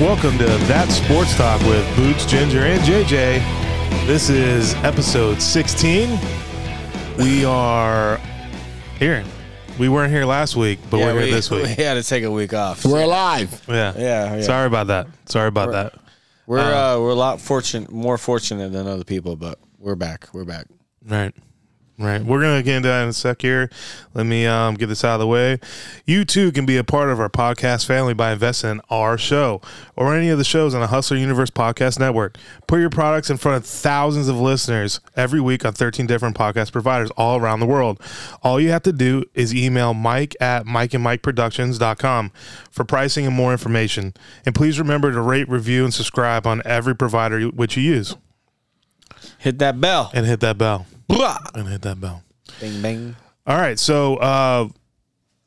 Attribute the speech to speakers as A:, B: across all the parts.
A: welcome to That Sports Talk with Boots, Ginger, and JJ. This is episode 16. We are here. We weren't here last week, but we're here
B: we,
A: this week.
B: We had to take a week off.
C: We're alive.
A: Yeah.
B: Yeah, yeah.
A: Sorry about that. Sorry about that.
B: We're uh, we're a lot fortunate, more fortunate than other people, but we're back. We're back.
A: Right. Right. We're going to get into that in a sec here. Let me um, get this out of the way. You too can be a part of our podcast family by investing in our show or any of the shows on the Hustler Universe Podcast Network. Put your products in front of thousands of listeners every week on 13 different podcast providers all around the world. All you have to do is email mike at mikeandmikeproductions.com for pricing and more information. And please remember to rate, review, and subscribe on every provider you- which you use.
B: Hit that bell.
A: And hit that bell.
B: Blah!
A: And hit that bell.
B: Bing bing.
A: All right, so uh,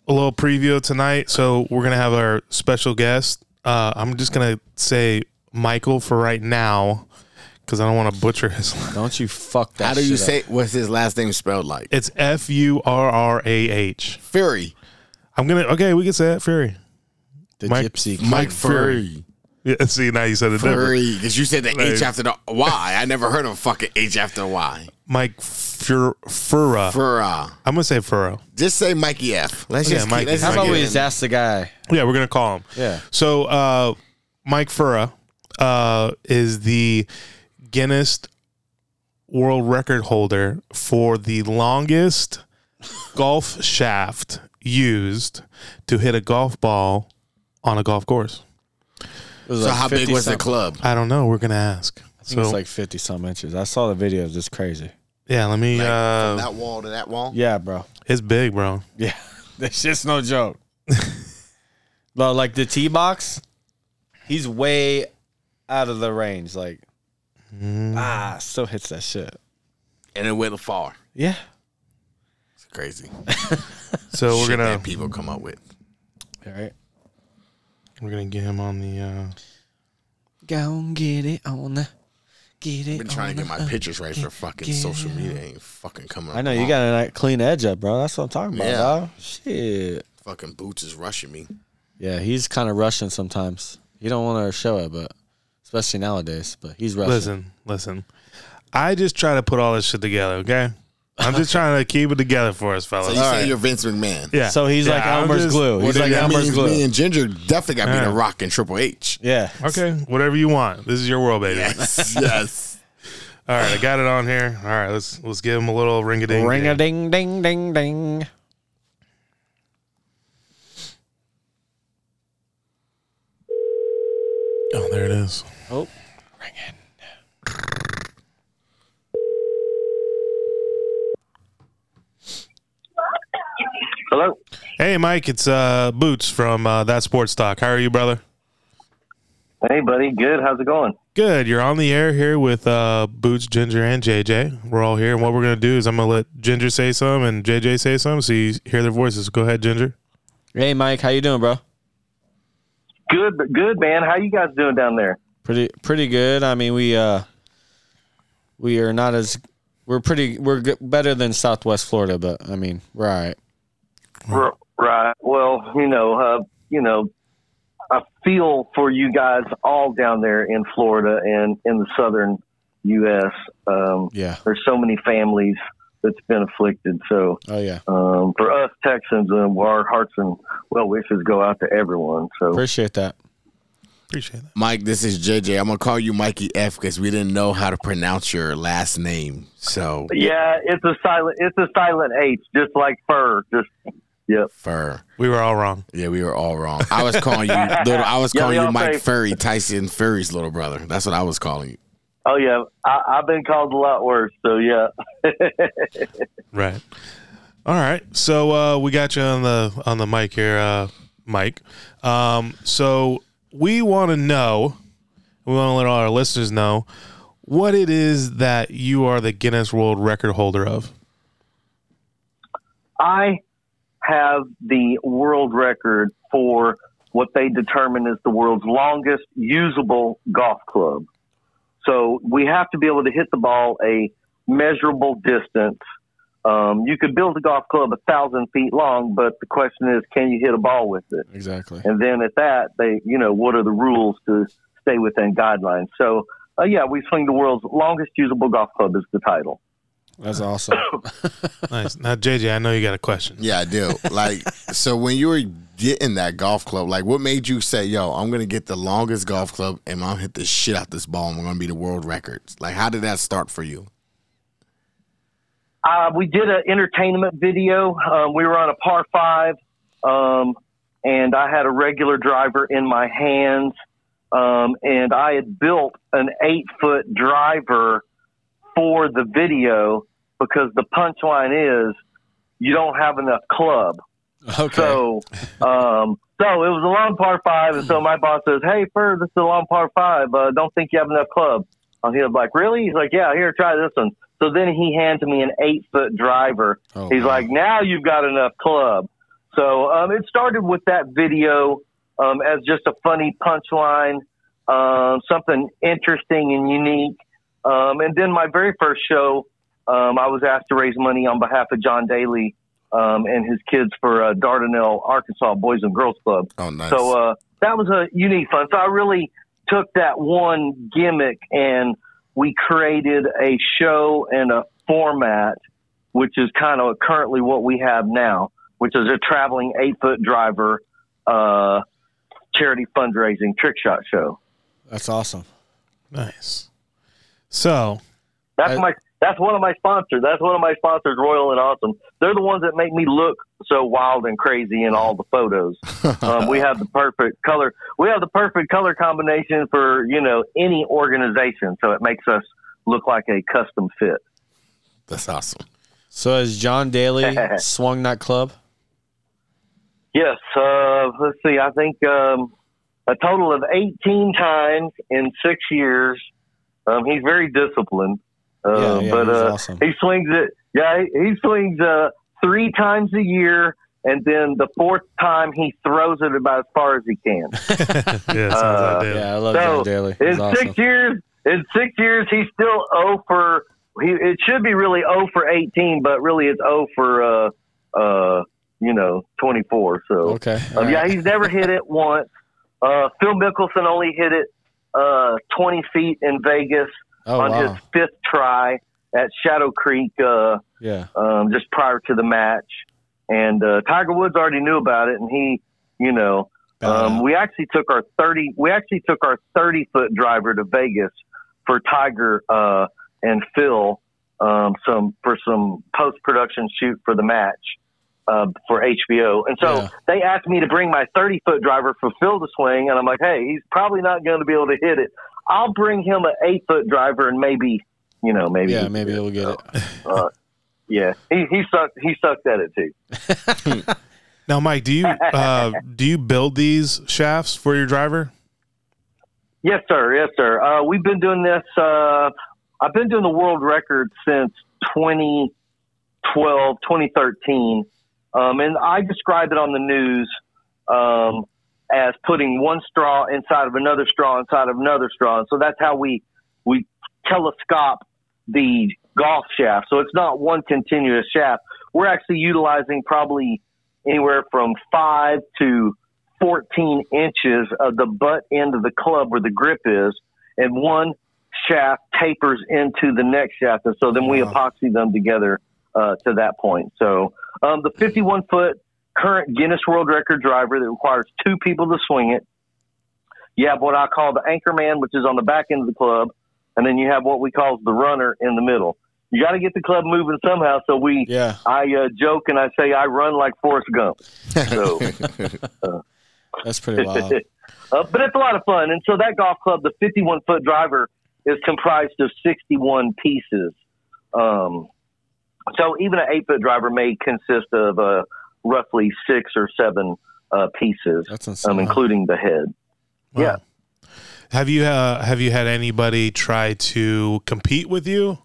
A: a little preview of tonight. So we're gonna have our special guest. Uh, I'm just gonna say Michael for right now because I don't want to butcher his. Line.
B: Don't you fuck that.
C: How do you
B: shit
C: say what's his last name spelled like?
A: It's F U R R A H.
C: Fury.
A: I'm gonna okay. We can say that Fury.
B: up. the
A: Mike-
B: gypsy?
A: Mike Yeah, see now you said it different.
C: Fury. Because you said the H after the Y. I never heard of fucking H after Y.
A: Mike Fur Fura.
C: Fura.
A: I'm gonna say Furrow.
C: Just say Mikey F. Let's
A: Yeah,
C: just
A: Mikey.
C: Mikey. Keep, let's
B: How
C: just
B: about
C: keep
B: we
C: it.
B: just ask the guy?
A: Yeah, we're gonna call him.
B: Yeah.
A: So uh, Mike Fura uh, is the Guinness World Record holder for the longest golf shaft used to hit a golf ball on a golf course.
B: It was
C: So
B: like
C: how big
B: 50
C: was the
B: something.
C: club?
A: I don't know. We're gonna ask.
B: I think
A: So
B: it's like fifty some inches. I saw the video. It's crazy.
A: yeah, let me.
C: Like, from
A: Uh,
C: that wall to that wall.
B: Yeah, bro.
A: it's big, bro.
B: Yeah, this shit's no joke. no, like the tee box, he's way out of the range. Like,
A: Mm.
B: ah, still hits that shit.
C: And it went far.
B: Yeah.
C: It's crazy.
A: So we're
C: Shit
A: gonna
C: that people come up with.
B: All right.
A: we're gonna get him on the. Uh,
B: Go and get it on. Get it
C: Been trying to get my pictures right for fucking social media. Ain't fucking coming.
B: I know you got a nice clean edge up, bro. That's what I'm talking about,
C: Yeah.
B: dog. Shit.
C: fucking boots is rushing me.
B: Yeah, he's kind of rushing sometimes. He don't want to show it, but especially nowadays. But he's rushing.
A: Listen, listen. I just try to put all this shit together, okay? I'm just trying to keep it together for us,
C: So
A: fellas.
C: you say
B: right.
C: you're Vince McMahon.
A: yeah.
B: So he's
A: Yeah,
B: like
A: I'm
B: Elmer's
A: just-
B: glue.
C: Well,
B: He's
C: then
B: like
C: that
B: Elmer's
C: means Me
B: glue.
C: and Ginger definitely got me
A: Yeah.
C: the Rock and Triple H.
B: Yeah.
A: Okay, whatever you want. This is your world, baby.
C: Yes, yes.
A: All right, I got it on here. All right, let's let's give him a little ring a ding.
B: Ring a ding, ding, ding, ding.
A: Oh, there it is.
B: Oh, ring it.
D: Hello.
A: Hey, Mike, it's uh, Boots from uh, That Sports Talk. How are you, brother?
D: Hey, buddy. Good. How's it going?
A: Good. You're on the air here with uh, Boots, Ginger, and JJ. We're all here, and what we're gonna do is I'm gonna let Ginger say some and JJ say some, so you hear their voices. Go ahead, Ginger.
B: Hey, Mike, how you doing, bro?
D: Good. Good, man. How you guys doing down there?
B: Pretty, pretty good. I mean, we uh, we are not as we're pretty we're g- better than Southwest Florida, but I mean, we're all right.
D: R- right. Well, you know, uh, you know, I feel for you guys all down there in Florida and in the southern U.S. Um,
B: Yeah.
D: There's so many families that's been afflicted. So
B: Oh yeah.
D: um, for us Texans, um, our hearts and well wishes go out to everyone. So
B: Appreciate that.
A: Appreciate that.
C: Mike, this is JJ. I'm gonna call you Mikey F because we didn't know how to pronounce your last name. So
D: yeah, it's a silent. It's a silent H, just like fur. Just yep.
C: fur.
A: We were all wrong.
C: Yeah, we were all wrong. I was calling you little I was
D: Yeah,
C: calling
D: we
C: you
D: all
C: Mike
D: say-
C: Furry, Tyson Furry's little brother. That's what I was calling you.
D: Oh yeah, I, I've been called a lot worse. So yeah.
A: Right. All right. So uh, we got you on the on the mic here, uh, Mike. Um, so we want to know, we want to let all our listeners know what it is that you are the Guinness World Record holder of.
D: I have the world record for what they determine is the world's longest usable golf club. So we have to be able to hit the ball a measurable distance. Um, you could build a golf club a thousand feet long, but the question is, can you hit a ball with it?
B: Exactly.
D: And then at that, they, you know, what are the rules to stay within guidelines. So, uh, yeah, we swing the world's longest usable golf club is the title.
B: That's awesome.
A: Nice. Now, JJ, I know you got a question.
C: Yeah, I do. Like, so when you were getting that golf club, like, what made you say, "Yo, I'm gonna get the longest golf club and I'm gonna hit the shit out this ball and we're gonna be the world records"? Like, how did that start for you?
D: Uh, we did an entertainment video. Um, we were on a par five, um, and I had a regular driver in my hands, um, and I had built an eight foot driver for the video because the punchline is you don't have enough club.
B: Okay.
D: So, um, so it was a long par five, and so my boss says, "Hey, Fur, this is a long par five. Uh, don't think you have enough club." And he was like, "Really?" He's like, "Yeah, here, try this one." So then he hands me an eight foot driver.
B: Oh,
D: He's
B: wow.
D: like, "Now you've got enough club." So um, it started with that video um, as just a funny punchline, um, something interesting and unique. Um, and then my very first show, um, I was asked to raise money on behalf of John Daly um, and his kids for uh, Dardanelle, Arkansas Boys and Girls Club.
C: Oh, nice.
D: So uh, that was a unique fun. So I really took that one gimmick and we created a show and a format, which is kind of currently what we have now, which is a traveling eight foot driver uh, charity fundraising trick shot show.
B: That's awesome.
A: Nice. So,
D: That's
B: I-
D: my that's one of my sponsors. That's one of my sponsors, Royal and Awesome. They're the ones that make me look so wild and crazy in all the photos. um, we have the perfect color. We have the perfect color combination for you know any organization, so it makes us look like a custom fit.
C: That's awesome.
B: So has John Daly swung that club?
D: Yes. Uh, let's see. I think um, a total of 18 times in six years. Um, he's very disciplined,
B: Yeah,
D: uh,
B: yeah,
D: but
B: he's
D: uh,
B: awesome.
D: he swings it. Yeah, he, he swings uh, three times a year, and then the fourth time he throws it about as far as he can.
A: yeah, sounds
D: Uh,
A: ideal.
B: Yeah, I love
D: So
B: John Daly. He's
D: in
B: awesome.
D: six years, in six years, he's still 0 for. He, it should be really 0 for 18, but really it's 0 for uh, uh, you know 24. So
B: Okay.
D: um, yeah, he's never hit it once. Uh, Phil Mickelson only hit it uh, 20 feet in Vegas
B: Oh
D: on
B: wow.
D: his fifth try at Shadow Creek uh,
B: Yeah.
D: um, just prior to the match. And uh, Tiger Woods already knew about it, and he, you know, um, we actually took our 30 we actually took our 30 foot driver to Vegas for Tiger uh, and Phil um, some for some post production shoot for the match uh, for HBO. And so
B: Yeah.
D: they asked me to bring my 30 foot driver for Phil to swing, and I'm like, hey, he's probably not going to be able to hit it. I'll bring him an eight foot driver and maybe, you know, maybe,
B: yeah, maybe he'll get it.
D: yeah. He, he sucked. He sucked at it too.
A: Now, Mike, do you uh, do you build these shafts for your driver?
D: Yes, sir. Yes, sir. Uh, we've been doing this. Uh, I've been doing the world record since 2012, 2013. Um, and I describe it on the news um, as putting one straw inside of another straw inside of another straw. And so that's how we, we telescope the golf shaft. So it's not one continuous shaft. We're actually utilizing probably anywhere from five to 14 inches of the butt end of the club where the grip is, and one shaft tapers into the next shaft. And so then we epoxy them together uh, to that point. So um, the 51 foot current Guinness World Record driver that requires two people to swing it. You have what I call the anchor man, which is on the back end of the club, and then you have what we call the runner in the middle. You got to get the club moving somehow. So we,
B: Yeah.
D: I uh, joke and I say I run like Forrest Gump. So.
B: That's pretty wild.
D: Uh, but it's a lot of fun. And so that golf club, the 51 foot driver, is comprised of 61 pieces. Um, so even an eight foot driver may consist of uh, roughly six or seven uh, pieces,
B: That's
D: um,
B: insane.
D: including the head.
A: Wow.
D: Yeah.
A: Have you uh, have you had anybody try to compete with you?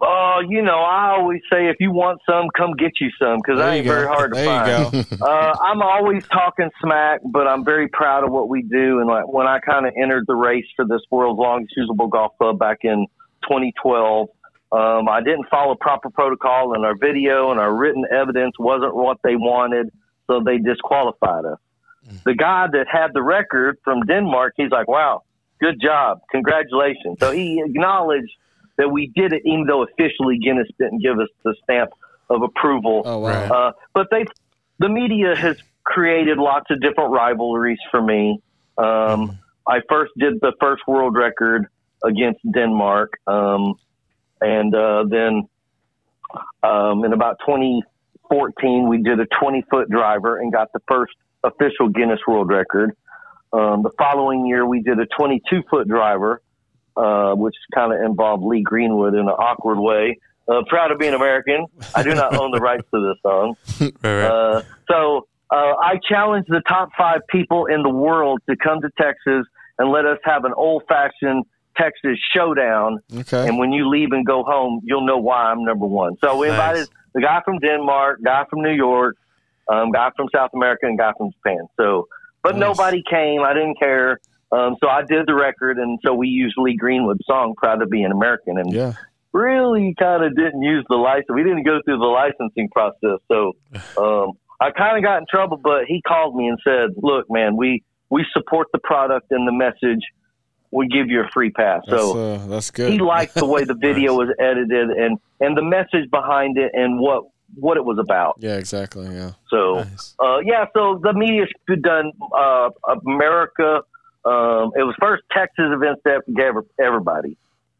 D: Oh, you know, I always say if you want some, come get you some because
B: There
D: that
B: you
D: ain't
B: go.
D: very hard to
B: There
D: find.
B: you go.
D: uh, I'm always talking smack, but I'm very proud of what we do. And like when I kind of entered the race for this world's longest usable golf club back in 2012, um, I didn't follow proper protocol, and our video and our written evidence wasn't what they wanted, so they disqualified us. the guy that had the record from Denmark, he's like, wow, good job. Congratulations. So he acknowledged that we did it, even though officially Guinness didn't give us the stamp of approval.
B: Oh wow.
A: Right.
D: Uh, but they, the media has created lots of different rivalries for me. Um, I first did the first world record against Denmark, um, and uh, then um, in about 2014 we did a 20 foot driver and got the first official Guinness World Record. Um, the following year we did a 22 foot driver, uh, which kind of involved Lee Greenwood in an awkward way. Uh, proud of being American. I do not own the rights to this song.
A: Right, right.
D: Uh, so uh, I challenge the top five people in the world to come to Texas and let us have an old fashioned Texas showdown.
B: Okay.
D: And when you leave and go home, you'll know why I'm number one. So we
A: Nice.
D: invited the guy from Denmark, guy from New York, um, guy from South America, and guy from Japan. So, but
B: Nice.
D: nobody came. I didn't care. Um, so I did the record, and so we used Lee Greenwood's song "Proud to Be an American," and
B: Yeah.
D: really kind of didn't use the license. We didn't go through the licensing process, so um, I kind of got in trouble. But he called me and said, "Look, man, we we support the product and the message. We give you a free pass."
B: That's,
D: so
B: uh, that's good.
D: he liked the way the video was edited and and the message behind it and what what it was about.
B: yeah, exactly. Yeah.
D: So
A: Nice.
D: uh, yeah, so the media's done uh, America. Um, it was first Texas events that gave everybody,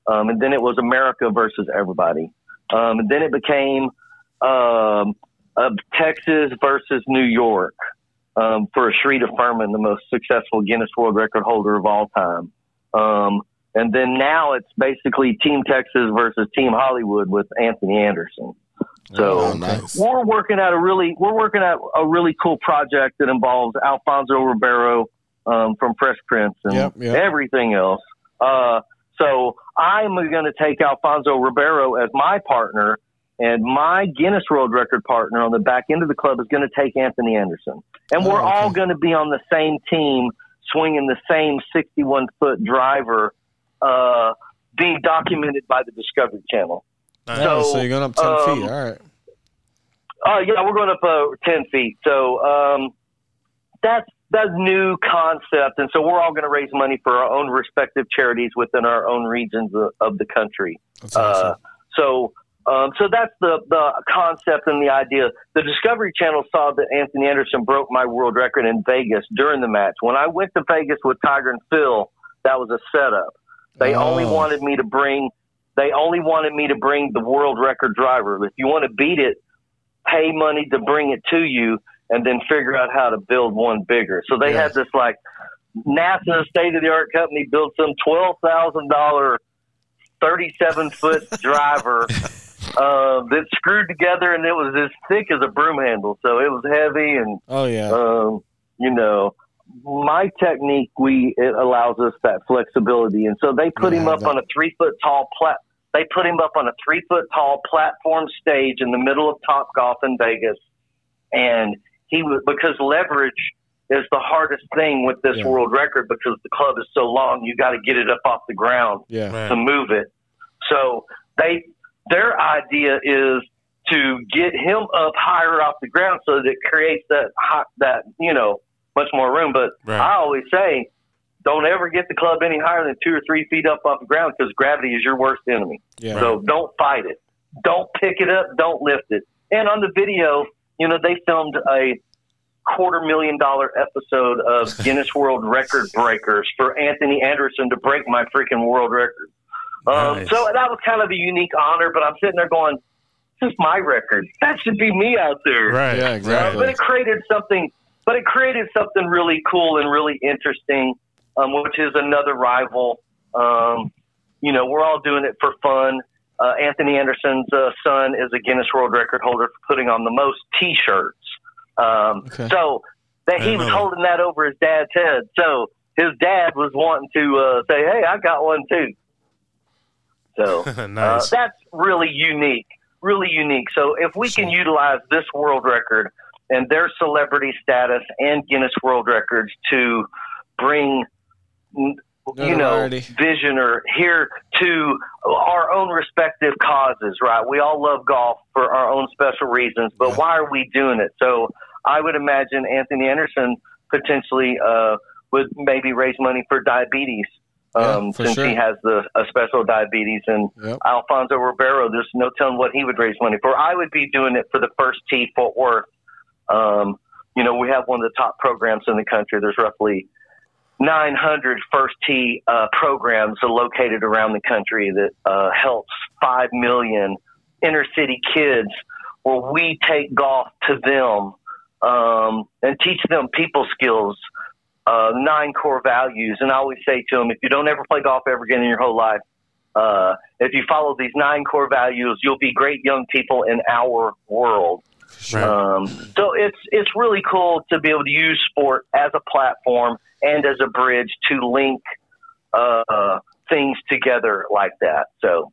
D: um, and then it was America versus everybody, um, and then it became um, uh, Texas versus New York um, for Shrita Furman, the most successful Guinness World Record holder of all time. Um, and then now it's basically Team Texas versus Team Hollywood with Anthony Anderson. So
C: Oh, nice.
D: we're working at a really we're working at a really cool project that involves Alfonso Ribeiro um, from Fresh Prince and
B: Yep, yep.
D: everything else. Uh, so I'm going to take Alfonso Ribeiro as my partner, and my Guinness World Record partner on the back end of the club is going to take Anthony Anderson, and we're
B: Oh, okay.
D: all going to be on the same team, swinging the same 61 foot driver, uh, being documented by the Discovery Channel.
B: Oh,
D: So,
B: so you're going up ten
D: um,
B: feet. All right.
D: Oh yeah, we're going up uh, ten feet. So um, that's that's new concept, and so we're all going to raise money for our own respective charities within our own regions of, of the country.
B: That's
D: Uh,
B: awesome.
D: so um, so that's the the concept and the idea. The Discovery Channel saw that Anthony Anderson broke my world record in Vegas during the match. When I went to Vegas with Tiger and Phil, that was a setup. They only
B: Oh.
D: wanted me to bring. They only wanted me to bring the world record driver. If you want to beat it, pay money to bring it to you, and then figure out how to build one bigger. So they
B: Yeah.
D: had this like NASA state of the art company built some twelve thousand dollar, thirty seven foot driver uh, that screwed together, and it was as thick as a broom handle. So it was heavy and
B: Oh yeah.
D: um, you know, my technique, we it allows us that flexibility, and so they put
B: Yeah,
D: him up
B: that-
D: on a three foot tall plat. They put him up on a three foot tall platform stage in the middle of Top Golf in Vegas, and he was because leverage is the hardest thing with this
B: Yeah.
D: world record because the club is so long. You got to get it up off the ground
B: yeah.
A: Right.
D: to move it. So they their idea is to get him up higher off the ground so that it creates that hot, that you know much more room. But
A: Right.
D: I always say, don't ever get the club any higher than two or three feet up off the ground because gravity is your worst enemy.
B: Yeah.
D: So don't fight it. Don't pick it up. Don't lift it. And on the video, you know, they filmed a quarter million dollar episode of Guinness World Record Breakers for Anthony Anderson to break my freaking world record. Um,
A: Nice.
D: So that was kind of a unique honor, but I'm sitting there going, this is my record. That should be me out there.
A: Right.
B: Yeah,
D: Uh,
B: exactly.
D: but it created something. But it created something really cool and really interesting, um, which is another rival. Um, you know, we're all doing it for fun. Uh, Anthony Anderson's uh, son is a Guinness World Record holder for putting on the most T-shirts. Um,
B: Okay.
D: So that
A: I
D: he was
A: know.
D: holding that over his dad's head. So his dad was wanting to uh, say, "Hey, I got one too." So
A: Right.
D: uh,
A: nice.
D: that's really unique, really unique. So if we can utilize this world record and their celebrity status and Guinness World Records to bring, mm, you know,
B: Notoriety.
D: vision or here to our own respective causes, right? We all love golf for our own special reasons, but why are we doing it? So I would imagine Anthony Anderson potentially uh, would maybe raise money for diabetes. Um,
B: Yeah, for
D: since he
B: sure.
D: has the a special diabetes and
C: Yep.
D: Alfonso Ribeiro, there's no telling what he would raise money for. I would be doing it for the first tee Fort Worth. Um, you know, we have one of the top programs in the country. There's roughly 900 first tee uh, programs are located around the country that uh, helps 5 million inner city kids where we take golf to them um, and teach them people skills, uh, nine core values. And I always say to them, if you don't ever play golf ever again in your whole life, uh, if you follow these nine core values, you'll be great young people in our world.
A: Right.
D: Um, so it's it's really cool to be able to use sport as a platform and as a bridge to link uh, things together like that. So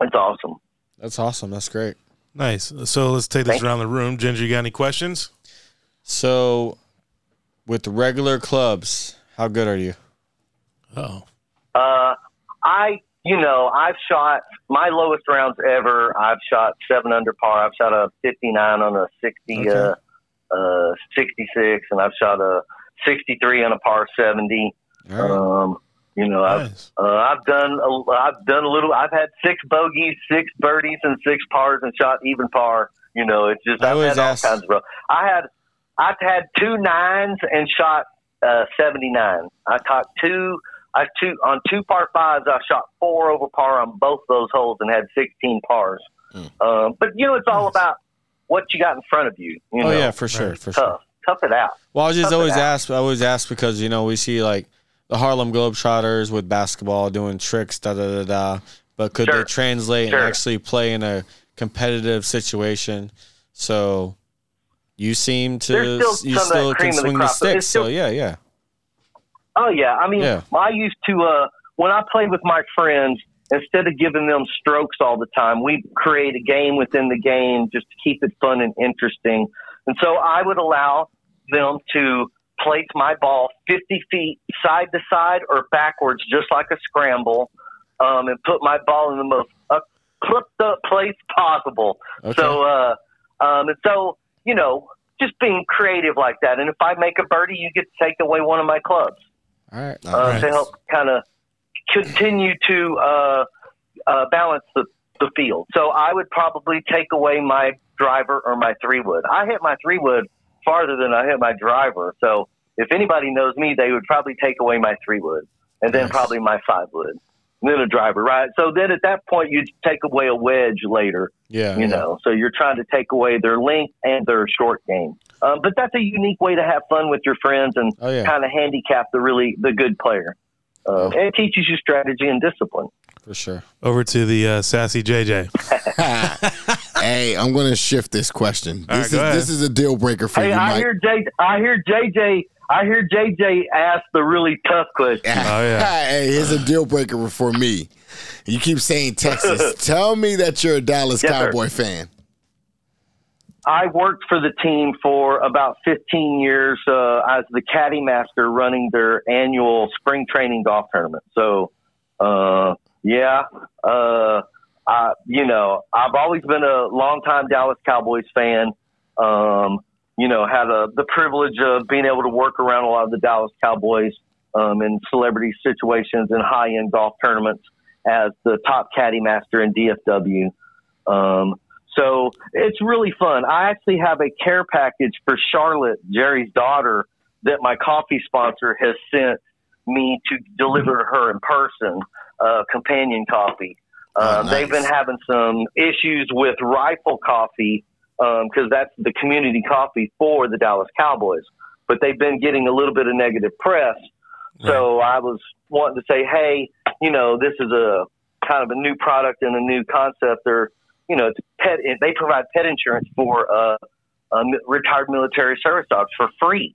D: it's awesome.
B: That's awesome. That's great.
A: Nice. So let's take this around the room. Ginger, you got any questions?
B: So, with regular clubs, how good are you?
A: Oh,
D: Uh, I, you know, I've shot my lowest rounds ever. I've shot seven under par. I've shot a 59 on a 60,
B: Okay.
D: uh, uh, 66, and I've shot a 63 on a par 70.
B: All right.
D: Um, you know, I've,
A: nice.
D: uh, I've done, a, I've done a little, I've had six bogeys, six birdies and six pars and shot even par. You know, it's just,
B: I
D: I've
B: always
D: had all
B: ask-
D: kinds of, rough- I had, I've had two nines and shot uh, 79. I caught two, I two on two par fives. I shot four over par on both those holes and had 16 pars.
B: Hmm.
D: Um, but you know, it's all about what you got in front of you. you
B: oh
D: know?
B: yeah, for sure, for sure.
D: tough, tough it out.
B: Well, I just
D: Tough it
B: always
D: out.
B: ask. I always ask because you know we see like the Harlem Globetrotters with basketball doing tricks, da da da da. But could they
D: Sure.
B: translate
D: Sure.
B: and actually play in a competitive situation? So you seem to
D: There's still
B: you
D: some of that
B: still
D: cream
B: can
D: of the
B: swing the
D: crop, but
B: sticks.
D: it's still-
B: so yeah, yeah.
D: Oh yeah, I mean,
B: Yeah.
D: I used to uh, when I played with my friends. Instead of giving them strokes all the time, we create a game within the game just to keep it fun and interesting. And so I would allow them to place my ball 50 feet side to side or backwards, just like a scramble, um, and put my ball in the most up, clipped up place possible.
B: Okay.
D: So, uh, um, and so, you know, just being creative like that. And if I make a birdie, you get to take away one of my clubs
B: All right.
D: uh,
A: Right.
D: to help kind of continue to uh, uh, balance the, the field. So I would probably take away my driver or my three wood. I hit my three wood farther than I hit my driver. So if anybody knows me, they would probably take away my three wood and then
B: Nice.
D: probably my five wood. and Then a driver, right? So then at that point, you take away a wedge later,
B: Yeah.
D: you
B: Oh, yeah.
D: know. So you're trying to take away their length and their short game. Um, but that's a unique way to have fun with your friends and
B: Oh yeah,
D: kind of handicap the really the good player. Uh, and it teaches you strategy and discipline.
B: for sure.
A: Over to the uh, sassy JJ.
C: hey, I'm gonna shift this question.
A: All right,
C: This
A: go
C: is
A: ahead.
C: this is a deal breaker for
D: Hey,
C: you,
D: I
C: Mike.
D: hear J. I hear JJ. I hear JJ ask the really tough question.
A: Oh, yeah.
C: hey, here's a deal breaker for me. You keep saying Texas. Tell me that you're a Dallas
D: Yes, sir.
C: Cowboy fan.
D: I worked for the team for about 15 years uh, as the caddy master, running their annual spring training golf tournament. So, uh, yeah, uh, I, you know, I've always been a longtime Dallas Cowboys fan. Um, you know, had a, the privilege of being able to work around a lot of the Dallas Cowboys um, in celebrity situations and high end golf tournaments as the top caddy master in DFW. Um, so it's really fun. I actually have a care package for Charlotte, Jerry's daughter, that my coffee sponsor has sent me to deliver
C: Mm-hmm.
D: to her in person, uh, companion coffee. Uh,
C: Oh, nice.
D: They've been having some issues with rifle coffee because that's the community coffee for the Dallas Cowboys. But they've been getting a little bit of negative press. So I was wanting to say, hey, you know, this is a kind of a new product and a new concept. They're, you know, it's pet. They provide pet insurance for uh, um, retired military service dogs for free.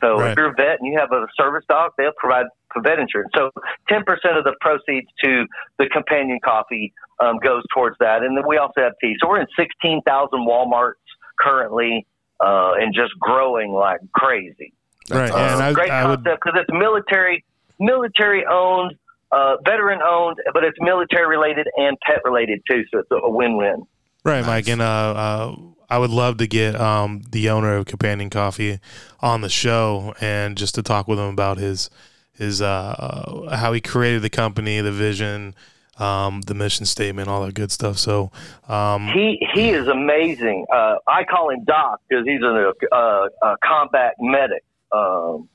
D: So
A: Right.
D: if you're a vet and you have a service dog, they'll provide vet insurance. So 10% of the proceeds to the companion coffee um, goes towards that. And then we also have tea. So we're in 16,000 Walmarts currently uh, and just growing like crazy
A: Right. yeah, and I,
D: great
A: I would,
D: concept because it's military, military owned, uh, veteran owned, but it's military related and pet related too. So it's a win win.
A: right, Mike. And uh, uh, I would love to get um, the owner of Companion Coffee on the show and just to talk with him about his his uh, how he created the company, the vision, um, the mission statement, all that good stuff. So um,
D: He he is amazing. Uh, I call him Doc because he's a, uh a combat medic. Um,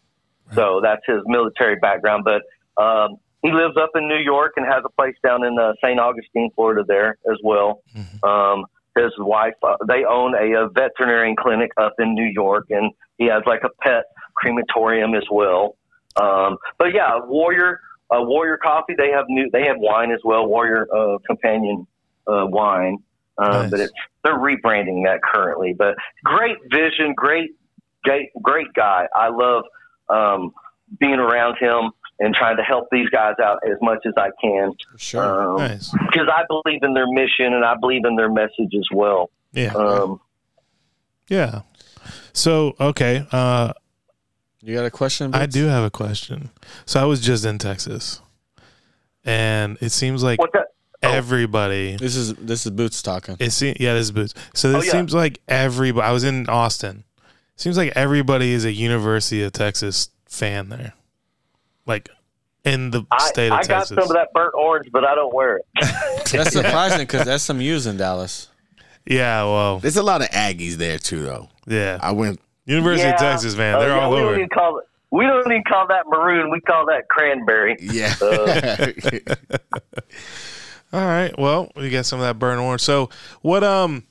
D: so that's his military background. But um, he lives up in New York and has a place down in uh, St. Augustine, Florida, there as well.
A: Mm-hmm.
D: Um, his wife, uh, they own a, uh veterinary clinic up in New York, and he has like a pet crematorium as well. Um, but yeah, Warrior uh, Warrior Coffee, they have new, they have wine as well. Warrior uh, Companion uh, wine. Um,
A: Nice.
D: But it's, they're rebranding that currently. But great vision, great, great, great guy. I love um, being around him and trying to help these guys out as much as I can
B: For sure.
D: because
A: nice,
D: I believe in their mission and I believe in their message as well.
A: yeah,
D: Um,
A: yeah. So okay, uh,
B: You got a question?
A: I
B: Vince?
A: do have a question. So I was just in Texas, and it seems like
D: what's that?
A: everybody.
B: This is this is Boots talking.
A: It seems yeah, this is boots. So
D: Oh,
A: this
D: yeah.
A: seems like everybody. I was in Austin. Seems like everybody is a University of Texas fan there, like in the
D: I,
A: state of
D: I got
A: Texas.
D: some of that burnt orange, but I don't wear it.
B: That's surprising because SMU's in Dallas.
A: Yeah, well,
C: There's a lot of Aggies there too, though.
A: yeah.
C: I went.
A: University
D: Yeah.
A: of Texas, man,
D: Uh,
A: they're
D: yeah,
A: all
D: we
A: over.
D: Don't even call it, we don't even call that maroon. We call that cranberry. Uh,
C: Yeah.
A: Uh, All right. Well, we got some of that burn orange. So what um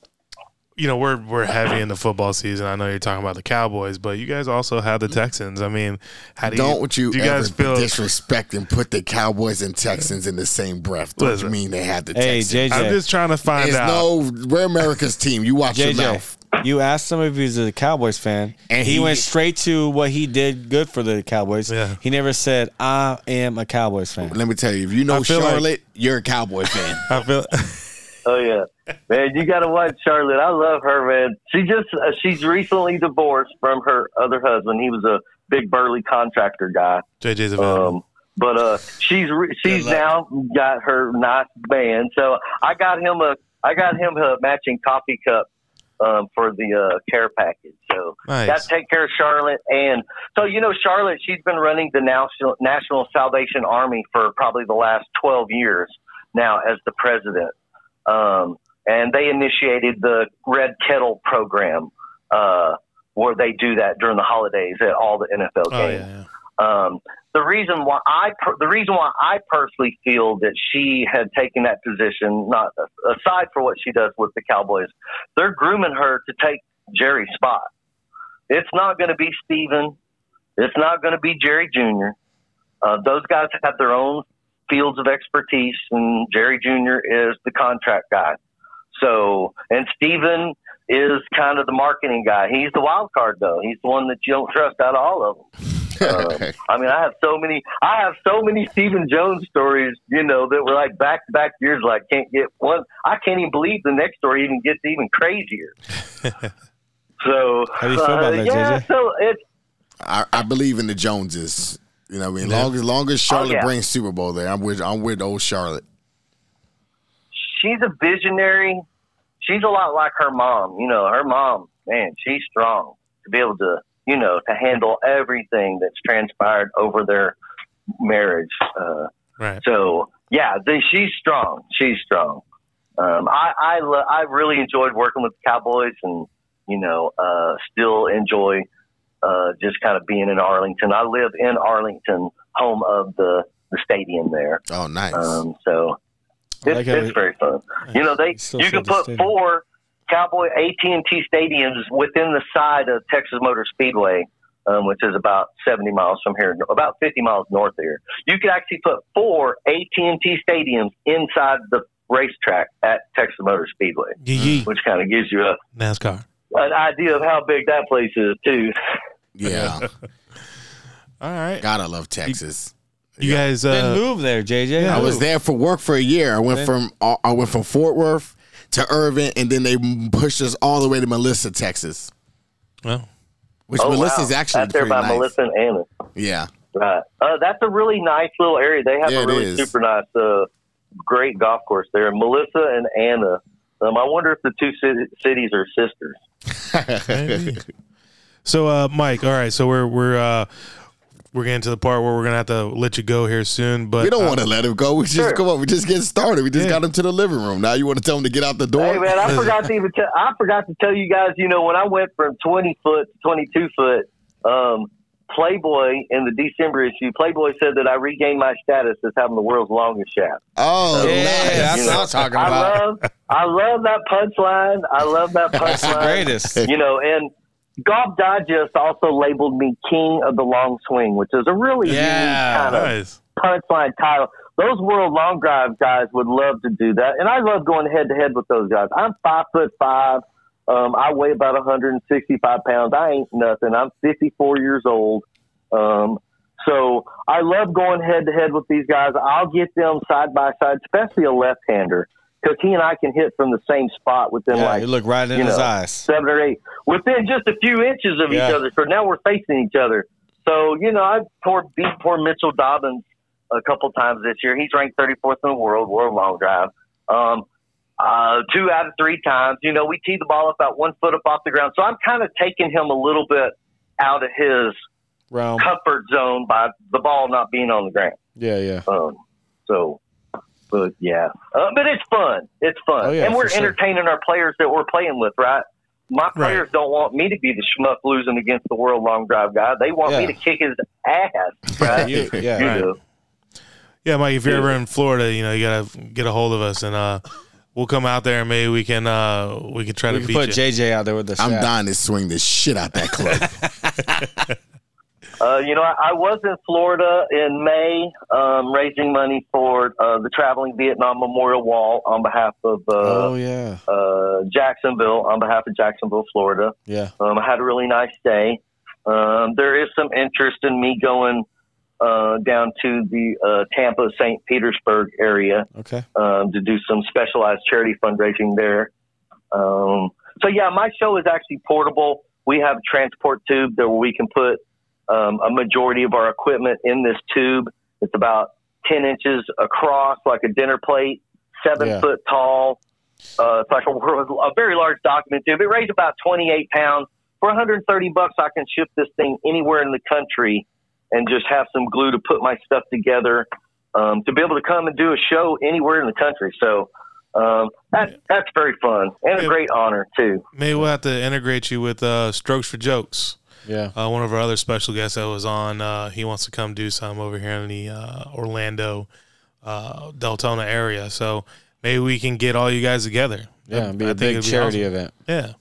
A: you know, we're we're heavy in the football season. I know you're talking about the Cowboys, but you guys also have the Texans. I mean, how do you
C: don't you,
A: do you
C: ever
A: guys feel
C: disrespect and put the Cowboys and Texans in the same breath? Don't
A: Listen.
C: you mean they had the
B: Hey,
C: Texans?
B: JJ.
A: I'm just trying to find
C: It's
A: out.
C: no, we're America's team. You watch your mouth.
B: JJ, you asked him if he was a Cowboys fan,
C: And
B: and he,
C: he-
B: went straight to what he did good for the Cowboys.
A: Yeah.
B: He never said, "I am a Cowboys fan."
C: Let me tell you, if you know
A: I feel like-
C: Charlotte, you're a Cowboy fan.
A: I feel
D: Oh yeah, man, you gotta watch Charlotte. I love her, man. She just uh, she's recently divorced from her other husband. He was a big burly contractor guy.
A: JJ's available.
D: Um, but uh, she's re- she's now got her nice band. So I got him a I got him a matching coffee cup um, for the uh, care package. So
A: nice.
D: got to take care of Charlotte. And so you know, Charlotte, she's been running the National National Salvation Army for probably the last twelve years now as the president. Um, and they initiated the Red Kettle program, uh, where they do that during the holidays at all the NFL games.
A: oh yeah, yeah.
D: Um, the reason why I per- the reason why I personally feel that she had taken that position, not aside for what she does with the Cowboys, they're grooming her to take Jerry's spot. It's not going to be Steven. It's not going to be Jerry Jr. Uh, those guys have their own fields of expertise, and Jerry Jr. is the contract guy. So, and Steven is kind of the marketing guy. He's the wild card, though. He's the one that you don't trust out of all of them. Um, I mean, I have so many, I have so many Stephen Jones stories, you know, that were like back to back years. Like, can't get one. I can't even believe the next story even gets even crazier. so,
B: How do you feel about
D: uh,
B: that,
D: yeah,
B: JJ?
D: so it's
C: I, I believe in the Joneses. You know, what I mean,
A: Yeah.
C: long as long as Charlotte
D: Oh, yeah.
C: brings Super Bowl there, I'm with I'm with old Charlotte.
D: she's a visionary. She's a lot like her mom. You know, her mom, man, she's strong to be able to, you know, to handle everything that's transpired over their marriage. Uh,
A: Right.
D: so yeah, then she's strong. She's strong. Um, I I, lo- I really enjoyed working with the Cowboys, and you know, uh, still enjoy uh, just kind of being in Arlington. I live in Arlington, home of the the stadium there.
C: Oh, nice.
D: Um, so
B: I
D: it's,
B: like how
D: it's
B: it-
D: very fun. You know, they
B: It's still
D: you
B: so
D: can put
B: distinct.
D: four Cowboy AT and T stadiums within the side of Texas Motor Speedway, um, which is about seventy miles from here, about fifty miles north here. You could actually put four AT and T stadiums inside the racetrack at Texas Motor Speedway,
A: Yee, yee.
D: which kind of gives you a,
A: NASCAR.
D: an idea of how big that place is too.
C: yeah,
A: All right.
C: gotta love Texas.
A: You guys
B: Then
A: uh
B: move there, JJ.
A: yeah,
C: I was there for work for a year. I went from I went from Fort Worth to Irvin, and then they pushed us all the way to Melissa, Texas.
A: well,
C: Which
D: Oh,
C: Melissa's
D: wow.
C: actually
D: out there
C: pretty
D: by
C: nice.
D: Melissa and Anna.
C: Yeah,
D: Right. Uh, that's a really nice little area. They have
C: Yeah,
D: a
C: it
D: really
C: is.
D: super nice, uh, great golf course there. And Melissa and Anna Um, I wonder if the two ci- cities are sisters.
A: Maybe. so, uh, Mike, all right. So we're we're uh, we're getting to the part where we're gonna have to let you go here soon. But
C: We don't
A: uh,
C: want to let him go. We just
D: Sure.
C: come on. We just get started. We just
A: Yeah.
C: got him to the living room. Now you want to tell him to get out the door?
D: Hey man, I forgot to even tell, I forgot to tell you guys. You know, when I went from twenty foot to twenty two foot, um, Playboy in the December issue, Playboy said that I regained my status as having the world's longest shaft.
C: Oh,
B: Yeah,
C: nice.
B: that's
D: You
B: what
D: know,
B: I'm talking
D: I
B: about.
D: love, I love that punchline. I love that
B: That's the
D: punchline.
B: greatest.
D: you know, and Golf Digest also labeled me king of the long swing, which is a really
B: Yeah,
D: unique kind of
A: nice.
D: punchline title. Those world long drive guys would love to do that, and I love going head to head with those guys. I'm five foot five. Um, I weigh about 165 pounds. I ain't nothing. I'm 54 years old. Um, so I love going head to head with these guys. I'll get them side by side, especially a left hander, because he and I can hit from the same spot within
B: Yeah,
D: like
B: you look right in
D: you
B: his
D: know,
B: eyes.
D: seven or eight within just a few inches of
B: Yeah.
D: each other. So now we're facing each other. So you know, I poor beat poor Mitchell Dobbins a couple times this year. He's ranked 34th in the world world long drive. Um, uh, two out of three times. You know, we tee the ball up about one foot up off the ground. So I'm kind of taking him a little bit out of his
B: Realm.
D: comfort zone by the ball not being on the ground.
B: Yeah, yeah.
D: Um, so, but yeah, uh, but it's fun. It's fun,
B: Oh, yeah,
D: and we're
B: for sure.
D: entertaining our players that we're playing with, right? My
A: Right.
D: players don't want me to be the schmuck losing against the world long drive guy. They want
B: Yeah.
D: me to kick his ass, right?
B: You- yeah.
D: You
A: Right.
D: do.
A: Yeah, Mike, if you're
D: Yeah.
A: ever in Florida, you know, you gotta get a hold of us and uh we'll come out there and maybe we can uh we can try
B: We
A: to
B: can
A: beat
B: put
A: you.
B: JJ out there with the
C: I'm
B: shaft.
C: dying to swing the shit out that club.
D: Uh, you know, I, I was in Florida in May um, raising money for uh, the Traveling Vietnam Memorial Wall on behalf of uh,
B: Oh yeah,
D: uh, Jacksonville, on behalf of Jacksonville, Florida.
B: yeah.
D: Um, I had a really nice day. Um, there is some interest in me going uh, down to the uh, Tampa, St. Petersburg area
B: Okay.
D: um, to do some specialized charity fundraising there. Um, so, yeah, my show is actually portable. We have a transport tube that we can put um, a majority of our equipment in this tube. It's about 10 inches across, like a dinner plate, seven
B: Yeah.
D: foot tall. Uh, it's like a, a very large document tube. It weighs about 28 pounds. For 130 bucks, I can ship this thing anywhere in the country and just have some glue to put my stuff together um, to be able to come and do a show anywhere in the country. So um, that's that's very fun and a
A: Yeah.
D: great honor too.
A: Maybe we'll have to integrate you with uh Strokes for Jokes.
B: Yeah.
A: Uh, one of our other special guests that was on, uh, he wants to come do some over here in the uh, Orlando, uh, Deltona area. So maybe we can get all you guys together.
B: Yeah, it'd be
A: a
B: a big charity event.
A: Yeah,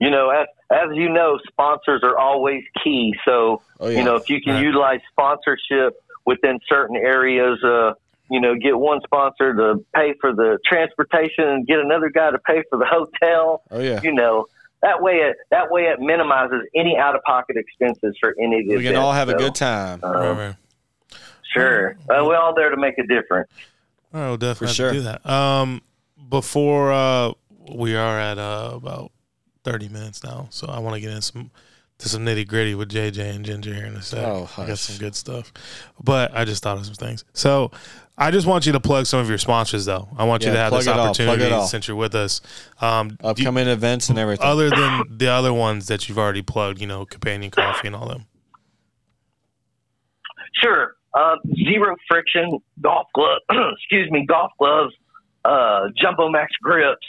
D: You know, as as you know, sponsors are always key. So
B: Oh yeah.
D: you know, if you can
A: Right.
D: utilize sponsorship within certain areas, uh, you know, get one sponsor to pay for the transportation and get another guy to pay for the hotel.
B: oh yeah.
D: You know. That way, it that way it minimizes any out of pocket expenses for any of the
B: We can
D: events.
B: all have a
D: So,
B: good time.
D: um,
A: Right, right.
D: Sure. Uh, we're all there to make a difference.
A: All right, we'll definitely have
B: sure.
A: to do that. Um, before uh, we are at uh, about thirty minutes now, so I want to get in some to some nitty gritty with JJ and Ginger here in a sec.
B: Oh,
A: I got
B: hush.
A: some good stuff, but I just thought of some things. So I just want you to plug some of your sponsors, though. I want you
B: Yeah,
A: to have
B: plug
A: this
B: it all, plug
A: opportunity
B: it all.
A: since you're with us. Um, do you-
B: Upcoming events and everything.
A: other than the other ones that you've already plugged, you know, companion coffee and all them.
D: Sure. Uh, zero friction golf glove. excuse me, golf gloves. Uh, Jumbo Max grips.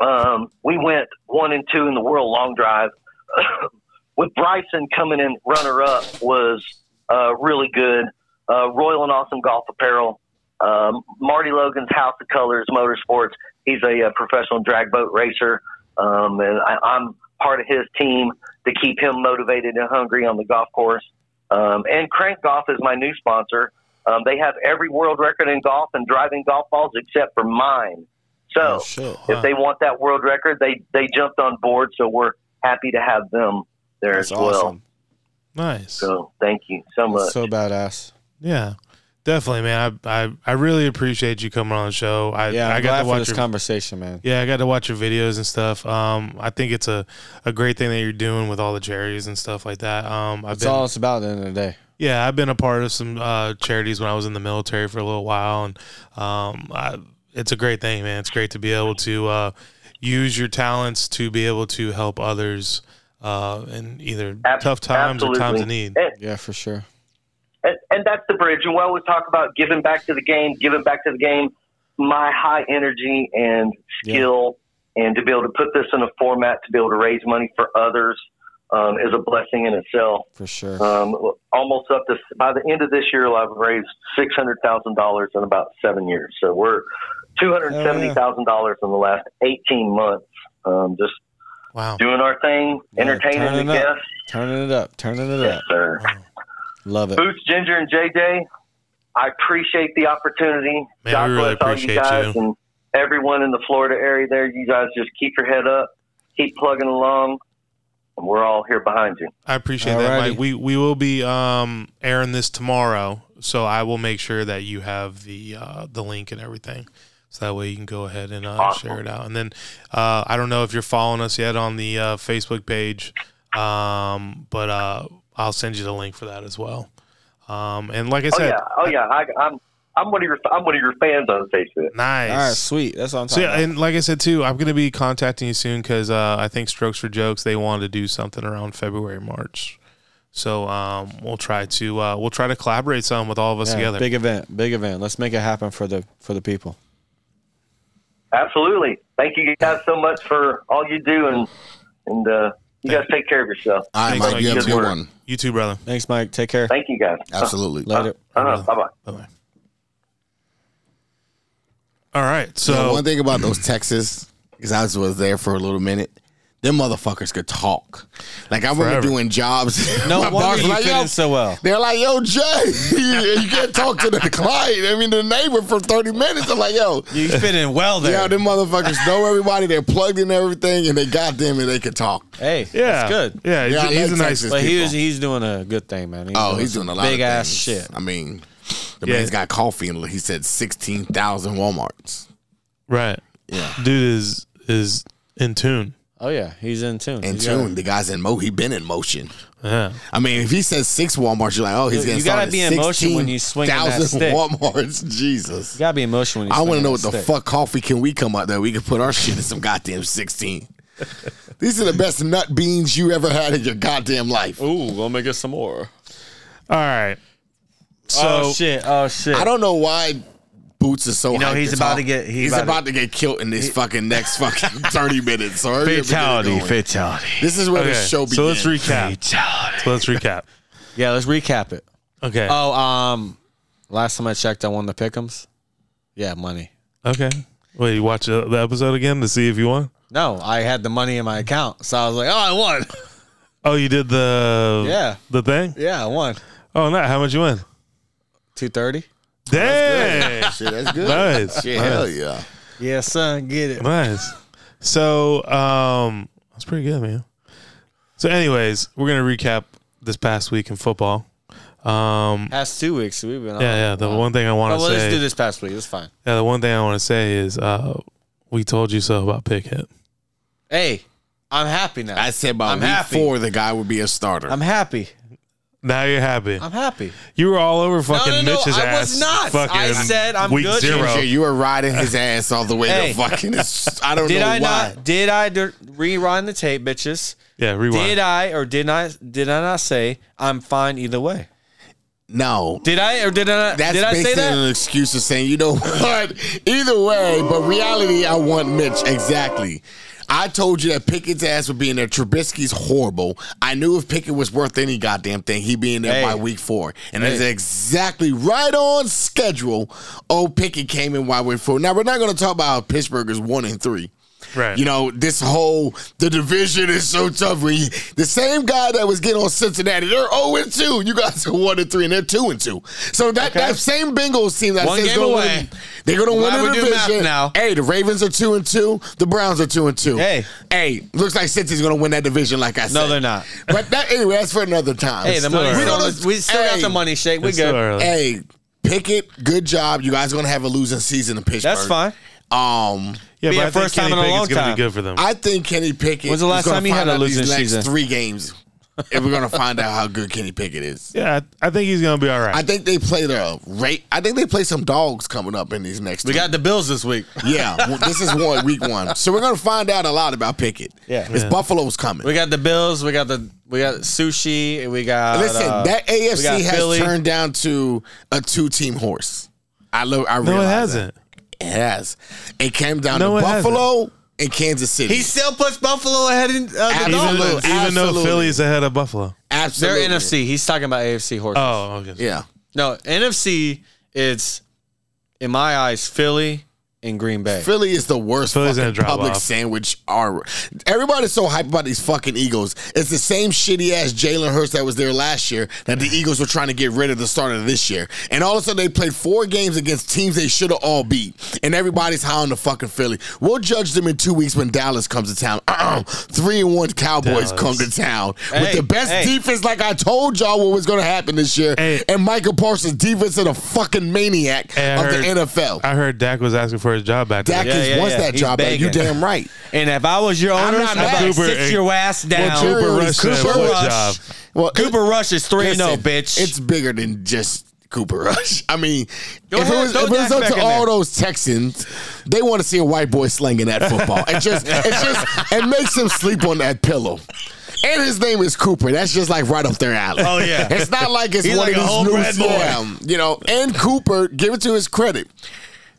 D: Um, we went one and two in the world long drive. With Bryson coming in runner up was uh, really good. Uh, Royal and Awesome Golf Apparel. Um, Marty Logan's House of Colors Motorsports. He's a, uh professional drag boat racer, um, and I, I'm part of his team to keep him motivated and hungry on the golf course. Um, and Crank Golf is my new sponsor. Um, they have every world record in golf and driving golf balls except for mine. So
B: Oh, shit.
A: Wow.
D: if they want that world record, they they jumped on board. So we're happy to have them there
B: That's
D: as well.
B: awesome.
A: Nice.
D: So thank you so much.
B: So badass.
A: Yeah, definitely, man. I, I I really appreciate you coming on the show. I
B: Yeah, I'm
A: I
B: glad
A: got to
B: for
A: watch
B: this
A: your,
B: conversation, man.
A: yeah, I got to watch your videos and stuff. Um, I think it's a, a great thing that you're doing with all the charities and stuff like that. Um, I've
B: That's
A: been
B: all it's about at the end of the day.
A: yeah, I've been a part of some uh, charities when I was in the military for a little while, and um, I, it's a great thing, man. It's great to be able to uh, use your talents to be able to help others uh, in either
D: Ab-
A: tough times or times
D: absolutely.
A: of need.
D: And,
B: Yeah, for sure.
D: and, and that's the bridge. And we always talk about giving back to the game, giving back to the game. My high energy and
B: Yeah.
D: skill, and to be able to put this in a format to be able to raise money for others um, is a blessing in itself.
B: For sure.
D: Um, almost up to by the end of this year, I've raised six hundred thousand dollars in about seven years. So we're two hundred seventy thousand dollars in the last eighteen months. Um, just
A: Wow.
D: doing our thing,
B: Yeah,
D: entertaining
B: turning
D: the
B: up.
D: guests.
B: Turning it up. Turning it
D: Yes,
B: up.
D: sir.
B: Love it.
D: Boots, Ginger, and JJ, I appreciate the opportunity.
A: we
D: God
A: really
D: bless all
A: appreciate
D: you guys
A: you.
D: and everyone in the Florida area there. You guys just keep your head up, keep plugging along, and we're all here behind you.
A: I appreciate that,
B: Alrighty.
A: Mike. We we will be um, airing this tomorrow, so I will make sure that you have the uh, the link and everything, so that way you can go ahead and uh,
D: Awesome.
A: share it out. And then uh, I don't know if you're following us yet on the uh, Facebook page, um, but uh, I'll send you the link for that as well. Um, and like I
D: Oh
A: said,
D: yeah, oh yeah. I, I'm I'm one of your I'm one of your fans on Facebook.
A: nice.
B: All right, sweet. That's what I'm
A: So
B: talking
A: yeah,
B: about.
A: and like I said too, I'm going to be contacting you soon because uh, I think Strokes for Jokes they wanted to do something around February March, so um, we'll try to uh, we'll try to collaborate some with all of us
B: Yeah,
A: together.
B: Big event. Big event. Let's make it happen for the for the people.
D: Absolutely. Thank you guys so much for all you do, and and uh, you guys take care of yourself.
C: All right,
A: Thanks,
C: Mike, you have a
D: Mike.
C: good one.
A: you too, brother.
B: Thanks, Mike. Take care.
D: Thank you guys.
C: Absolutely.
B: Later.
D: Uh-huh. Bye bye.
A: Bye bye. All right,
C: You know,
A: so
C: one thing about those Texas, because I was there for a little minute, them motherfuckers could talk. Like I remember
A: Forever.
C: doing jobs.
B: No
C: my boss
B: wonder
C: was
B: you
C: like,
B: fitting
C: "Yo,"
B: so well.
C: They're like, yo, Jay, you can't talk to the client. I mean, the neighbor for 30 minutes. I'm like, yo,
B: You fit in well there.
C: yeah, them motherfuckers know everybody. They're plugged in everything, and they goddamn it, they could talk.
B: hey,
A: yeah,
B: that's good.
A: Yeah, he's,
C: Yeah, I
A: he's a
C: like
A: nice.
C: Texas.
B: But he
C: people.
B: was, he's doing a good thing, man.
C: Oh, he's doing a lot
B: big
C: of
B: ass
C: things.
B: shit.
C: I mean, the
A: Yeah.
C: man's got coffee, and he said 16,000 Walmarts.
A: Right,
C: Yeah.
A: dude is is in tune.
B: Oh yeah, he's in tune.
C: In
B: He's got-
C: tune, the guy's in mo. He been in motion.
A: Yeah,
C: I mean, if he says six Walmarts, you're like, oh, he's
B: You-
C: going
B: you gotta be in motion when you swing that stick.
C: Walmarts, Jesus.
B: You gotta be emotional. When you
C: I want
B: swing
C: to know
B: that
C: what the
B: stick.
C: fuck coffee can we come out there? We can put our shit in some goddamn sixteen. These are the best nut beans you ever had in your goddamn life.
B: Ooh, let me get some more.
A: all right. So
B: oh shit! Oh shit!
C: I don't know why Boots is so.
B: You know,
C: hyped
B: he's
C: to
B: about
C: talk.
B: to get- he's
C: He's
B: about
C: about,
B: to-
C: to get killed in this fucking next fucking thirty minutes. So hurry up and get it
B: fatality.
C: going.
B: Fatality.
C: This is where
A: okay,
C: the show begins.
A: so let's recap.
B: Fatality.
A: So let's recap.
B: Yeah, let's recap it.
A: Okay.
C: Uh,
B: Oh, um, last time I checked, I won the pickems. Yeah, money.
A: okay. Wait, you watch uh, the episode again to see if you won.
B: No, I had the money in my account, so I was like, "Oh, I won."
A: Oh, you did the
B: Yeah.
A: the thing.
B: Yeah, I won.
A: Oh, no! How much you win?
B: Two thirty.
A: Dang,
C: Shit, that's good.
A: nice,
C: Shit,
A: nice,
C: hell yeah.
B: Yeah, son, get it.
A: nice. So, um, that's pretty good, man. So, anyways, we're gonna recap this past week in football. Um,
B: Past two weeks, we've been. on.
A: yeah, yeah. The
C: Uh,
A: one thing I
B: Oh,
A: want to
B: well, let's do
A: say,
B: this past week. It's fine.
A: yeah, the one thing I want to say is, uh, we told you so about Pickett.
B: Hey, I'm happy now.
C: I said by
B: I'm
C: week
B: happy.
C: four, the guy would be a starter.
B: I'm happy.
A: Now you're happy.
B: I'm happy.
A: You were all over fucking
B: no, no,
A: Mitch's
B: I
A: ass.
B: was not.
A: Fucking
B: I said I'm
A: week
B: good.
A: zero.
C: Ginger, you were riding his ass all the way
B: Hey.
C: to fucking. It's, I don't
B: Did
C: know
B: I
C: why.
B: not? Did I d- rewind the tape, bitches?
A: yeah, rewind.
B: Did I or did I? Did I not say I'm fine either way?
C: No,
B: Did I or did I? Not,
C: That's
B: did I say
C: basically
B: that?
C: an excuse of saying, you know what? Either way, but reality, I want Mitch exactly. I told you that Pickett's ass would be in there. Trubisky's horrible. I knew if Pickett was worth any goddamn thing, he'd be in there
B: Hey.
C: by week four. And that's exactly right on schedule. Oh, Pickett came in by week four. Now we're not going to talk about how Pittsburgh is one and three.
A: right.
C: You know, this whole the division is so tough. When you- the same guy that was getting on Cincinnati, they're 0 and 2. You guys are 1 and 3, and they're 2 and 2. So that, that same Bengals team that
B: One
C: says
B: game
C: gonna
B: away.
C: win, they're going to
B: Glad
C: win the
B: we do math
C: division.
B: now.
C: Hey, the Ravens are 2 and 2. The Browns are 2 and 2.
B: Hey.
C: Hey, looks like Cincy's going to win that division, like I said.
B: No, they're not.
C: But that, anyway, that's for another time.
B: Hey, the money.
A: early.
B: We,
C: don't-
B: we still got
C: hey,
B: the money shake. We
A: It's still
B: good.
A: early.
C: Hey, Pickett, good job. You guys are going to have a losing season in Pittsburgh.
B: That's fine.
C: Um,
A: yeah, but
B: be a
A: I think
B: first time
A: Kenny
B: in a
A: Pickett's
B: long
A: gonna
B: time.
A: be good for them.
C: I think Kenny Pickett.
B: When's the
C: is
B: last
C: gonna
B: time he
C: find
B: had a
C: out these
B: losing
C: next
B: season?
C: Three games. and we're gonna find out how good Kenny Pickett is.
A: Yeah, I, I think he's gonna be all right.
C: I think they play the rate. I think they play some dogs coming up in these next.
B: We
C: two.
B: got the Bills this week.
C: yeah. well, this is one week one, so we're gonna find out a lot about Pickett.
B: Yeah.
C: because
A: Yeah.
C: Buffalo's coming.
B: We got the Bills. We got the we got sushi. and We got
C: Listen,
B: uh,
C: that
B: we
C: AFC
B: got
C: has
B: Philly.
C: turned down to a two-team horse. I love. I
A: no, it
C: realize that.
A: hasn't.
C: It has. It came down
A: No,
C: to
A: it hasn't.
C: Buffalo and Kansas City.
B: He still puts Buffalo ahead in uh, the
A: Even,
C: Absolutely.
B: Dolphins.
A: though- even though
C: absolutely.
A: Philly's ahead of Buffalo.
B: They're
C: absolutely
B: NFC. He's talking about AFC horses.
A: Oh, okay.
C: Yeah.
B: No, NFC. It's in my eyes Philly and Green Bay.
C: Philly is the worst
A: Philly's gonna
C: fucking
A: drop
C: public
A: off.
C: sandwich. Are everybody's so hyped about these fucking Eagles? It's the same shitty ass Jalen Hurts that was there last year that the Eagles were trying to get rid of the start of this year, and all of a sudden they played four games against teams they should have all beat, and everybody's high on the fucking Philly. We'll judge them in two weeks when Dallas comes to town. Uh-uh. Three and one Cowboys
A: Dallas.
C: come to town with
B: Hey,
C: the best
B: hey.
C: defense, like I told y'all what was going to happen this year,
A: Hey.
C: and Michael Parsons defense is a fucking maniac
A: And I
C: of the
A: heard-
C: NFL.
A: I heard Dak was asking for his job back.
C: Dak
A: there.
B: Yeah,
C: is
B: yeah,
C: wants
B: yeah.
C: that
B: He's
C: job back. You
B: begging.
C: damn right.
B: And if I was your
C: I'm
B: owner, I'd
C: not mad.
B: like,
A: Cooper
B: sit
A: and-
B: your ass down.
A: Cooper
C: Cooper
A: Rush said,
C: Rush.
A: "What job?"
C: Well,
B: Cooper Rush is three and
C: listen,
B: zero, bitch.
C: It's bigger than just Cooper Rush. I mean,
B: Go
C: if,
B: ahead,
C: it was,
B: throw
C: if it was
B: Dak
C: up
B: back
C: to
B: in there.
C: all those Texans, they want to see a white boy slinging that football. it just, it just, it makes him sleep on that pillow. And his name is Cooper. That's just like right up their alley.
B: Oh, yeah.
C: it's not like it's
B: He's
C: one
B: like a
C: of
B: homebred
C: these new
B: boy.
C: scam, you know. And Cooper, give it to his credit.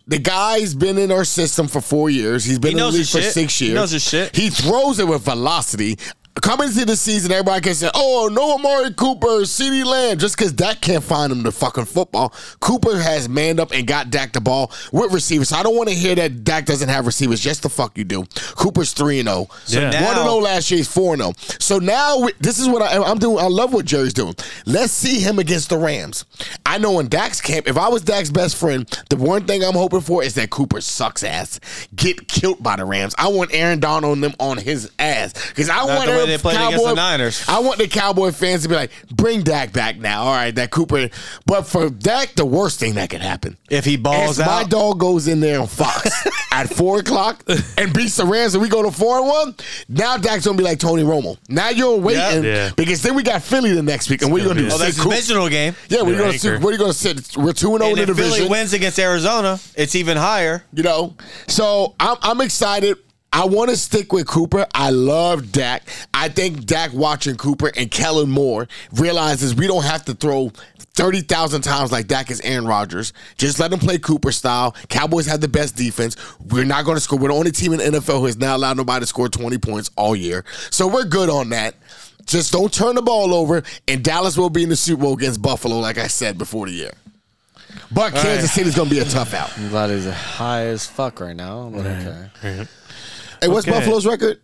C: The guy's been in our system for four years. He's been
B: He
C: in the
B: knows
C: league
B: his
C: for
B: shit.
C: six
B: He
C: years.
B: knows his shit.
C: He throws it with velocity. Coming into the season, everybody can say, "Oh, no, Amari Cooper, CeeDee Lamb," just because Dak can't find him the fucking football. Cooper has manned up and got Dak the ball with receivers. I don't want to hear that Dak doesn't have receivers. Yes, the fuck you do. Cooper's three and zero.
A: Yeah.
B: now-
C: One and oh zero last year. He's four and zero. So now we, this is what I, I'm doing. I love what Jerry's doing. Let's see him against the Rams. I know in Dak's camp, if I was Dak's best friend, the one thing I'm hoping for is that Cooper sucks ass, get killed by the Rams. I want Aaron Donald and them on his ass because I want
B: the way
C: every
B: they played
C: Cowboy,
B: against the Niners.
C: I want the Cowboy fans to be like, bring Dak back now. All right, that Cooper. But for Dak, the worst thing that could happen
B: if he
C: if
B: balls
C: my
B: out,
C: dog goes in there on Fox at four o'clock and beats the Rams and we go to four and one, now Dak's gonna be like Tony Romo. Now you're waiting
A: Yeah. Yeah.
C: because then we got Philly the next week and we're gonna
A: gonna
C: do
A: be
B: oh,
C: sit
B: that's a
C: Coop-
B: divisional game.
C: Yeah, we're
A: They're
C: gonna sit,
A: anchor.
C: what are you gonna sit? We're two and zero
B: And
C: in the
B: if Philly
C: division.
B: wins against Arizona, it's even higher.
C: You know, so I'm I'm excited. I want to stick with Cooper. I love Dak. I think Dak watching Cooper and Kellen Moore realizes we don't have to throw 30,000 times like Dak is Aaron Rodgers. Just let him play Cooper style. Cowboys have the best defense. We're not going to score. We're the only team in the NFL who has not allowed nobody to score 20 points all year. So we're good on that. Just don't turn the ball over, and Dallas will be in the Super Bowl against Buffalo, like I said before the year. But Kansas City's going to be a tough out.
B: I'm glad he's high as fuck right now, but okay.
C: Hey, what's
A: Okay.
C: Buffalo's record?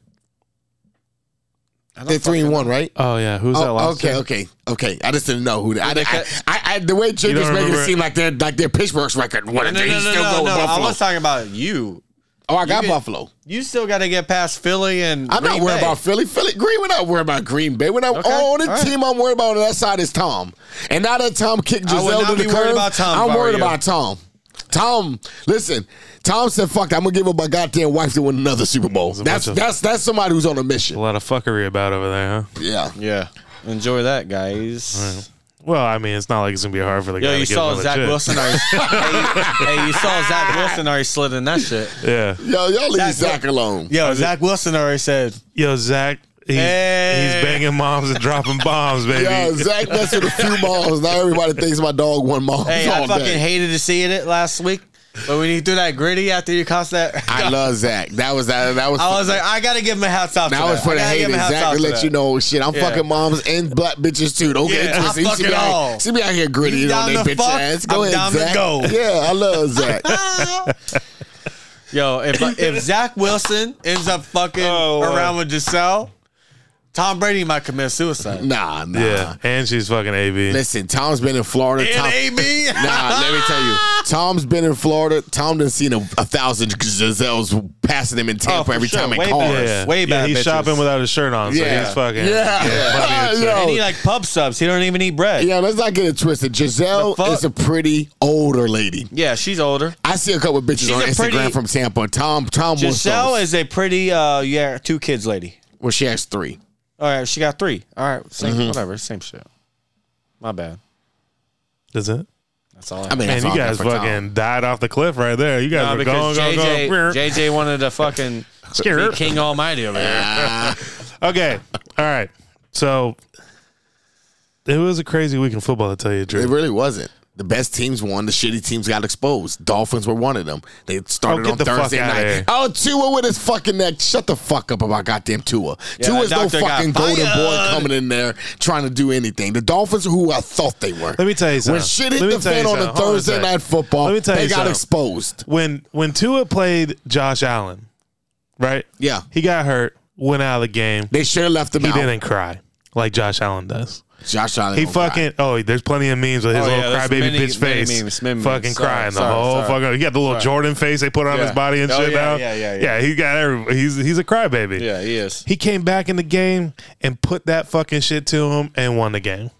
C: They're three and one, right?
A: Oh yeah, who's that
C: Oh,
A: last?
C: okay,
A: year?
C: okay, okay. I just didn't know who. I, I,
B: they
C: I,
B: cut-
C: I, the way Jake
A: You don't
C: is making
A: remember
C: it
A: it?
C: seem like they're like they're Pittsburgh's record. What
B: No,
C: are
B: no,
C: they
B: no, no,
C: still
B: no,
C: go with
B: no. I
C: Buffalo?
B: was talking about you.
C: oh, I got
B: can-
C: Buffalo.
B: You still got to get past Philly and.
C: I'm not
B: Green
C: worried
B: Bay.
C: about Philly. Philly Green. We're not worried about Green Bay. We're not.
B: Okay,
C: Oh, the
B: all right.
C: team I'm worried about on that side is Tom. And now that Tom kicked
B: I would
C: Giselle
B: not
C: to the
B: be worried
C: curb,
B: about Tom if
C: I'm
B: I were
C: worried
B: you.
C: about Tom. Tom, listen. Tom said, "Fuck, it, I'm gonna give up my goddamn wife to win another Super Bowl."
A: a
C: That's
A: bunch of-
C: that's that's somebody who's on a
A: A
C: mission.
A: lot of fuckery about over there, huh?
C: Yeah.
B: Yeah. Enjoy that, guys.
A: Well, I mean, it's not like it's gonna be hard for the
B: Yo,
A: guy.
B: you
A: to get
B: saw
A: another
B: Zach
A: chip.
B: Wilson already. hey, hey, you saw Zach Wilson already slid in that shit.
A: Yeah.
C: Yo, y'all leave
B: Zach-
C: Zach alone.
B: Yo, Zach Wilson already said.
A: Yo, Zach. He's,
B: Hey.
A: he's banging moms and dropping bombs, baby.
C: Yeah, Zach messed with a few balls. Now everybody thinks my dog won balls
B: Hey,
C: all
B: I fucking
C: day.
B: hated to see it last week, but when you threw that gritty after you cost that,
C: I love Zach. That was that. That was.
B: I was like, I gotta give him a hats off.
C: that
B: to
C: was for
B: I
C: the
B: gotta give him
C: haters.
B: a hats
C: Zach
B: off
C: to
B: to
C: let
B: that.
C: you know, shit, I'm
B: Yeah.
C: fucking moms and black bitches too. Don't
B: Yeah,
C: get
B: I
C: interested. You should
B: fuck
C: be
B: it
C: out,
B: all.
C: here- she be out here gritty
B: You
C: on
B: down
C: that
B: to
C: bitch
B: fuck?
C: ass. Go
B: I'm
C: ahead,
B: down to
C: Zach.
B: go.
C: Yeah, I love Zach.
B: Yo, if if Zach Wilson ends up fucking
A: Oh, wow.
B: around with Giselle, Tom Brady might commit suicide.
C: nah, nah.
A: Yeah, and she's fucking AB.
C: Listen, Tom's been in Florida.
B: And
C: Tom,
B: AB,
C: Nah, let me tell you. Tom's been in Florida. Tom done seen a, a thousand Giselles passing him in
B: Oh,
C: Tampa
B: for
C: every
B: sure.
C: time in
B: Way
C: cars.
B: better.
A: yeah,
B: Way
A: yeah,
B: bad
A: he's
B: bitches.
A: shopping without his shirt on, so
C: Yeah.
A: he's fucking.
C: Yeah.
A: funny as shit.
C: Yo.
B: and he like pub subs. He don't even eat bread. Yeah,
C: Yeah, let's not get it twisted. Giselle
B: The fuck?
C: is a pretty older lady.
B: she's older.
C: I see a couple of bitches
B: She's
C: on
B: a
C: Instagram
B: pretty-
C: from Tampa. Tom Tom wants
B: Giselle
C: those.
B: is a pretty uh yeah two kids lady.
C: well, she has three.
B: All right, she got three. All right, same whatever, same shit. My bad.
A: Is it?
B: That's all. I,
C: I
A: Man,
C: mean, that's all
A: you
C: I got
A: guys
C: for Tom.
A: fucking died off the cliff right there. You guys
B: No,
A: were
B: because
A: going,
B: JJ,
A: going, going.
B: JJ wanted to fucking
A: Scared.
B: be King Almighty over here.
A: Okay. All right. So it was a crazy week in football, to tell you the
C: It
A: truth.
C: really wasn't. The best teams won. The shitty teams got exposed. Dolphins were one of them. They
A: Oh,
C: started
A: get
C: on
A: the fuck
C: Thursday
A: outta
C: night.
A: here.
C: Oh, Tua with his fucking neck. Shut the fuck up about goddamn Tua.
B: Yeah,
C: Tua's
B: that
C: no
B: doctor got
C: fucking golden boy
B: fired.
C: coming in there trying to do anything. The Dolphins are who I thought they were.
A: Let me tell you something.
C: When shit hit
A: Let me
C: the
A: tell you
C: fan on a
A: something. Hold on a
C: Thursday
A: second.
C: night football,
A: Let me tell
C: they
A: you
C: got
A: something.
C: exposed.
A: When when Tua played Josh Allen, right?
C: Yeah.
A: He got hurt, went out of the game.
C: They should have left him
A: He
C: out.
A: didn't cry like Josh Allen does.
C: Josh Allen.
A: He
C: don't cry.
A: fucking oh, there's plenty of memes with his
B: Oh, yeah,
A: little
B: there's
A: crybaby
B: many-
A: bitch
B: many
A: face,
B: memes, many memes.
A: fucking
B: Sorry,
A: crying
B: sorry,
A: the whole
B: sorry.
A: fucking. He got the little
B: Sorry.
A: Jordan face they put on his
B: Yeah.
A: body and
B: Oh,
A: shit
B: yeah,
A: now.
B: yeah, yeah, yeah.
A: he got every, he's he's a crybaby.
B: Yeah, he is.
A: He came back in the game and put that fucking shit to him and won the game.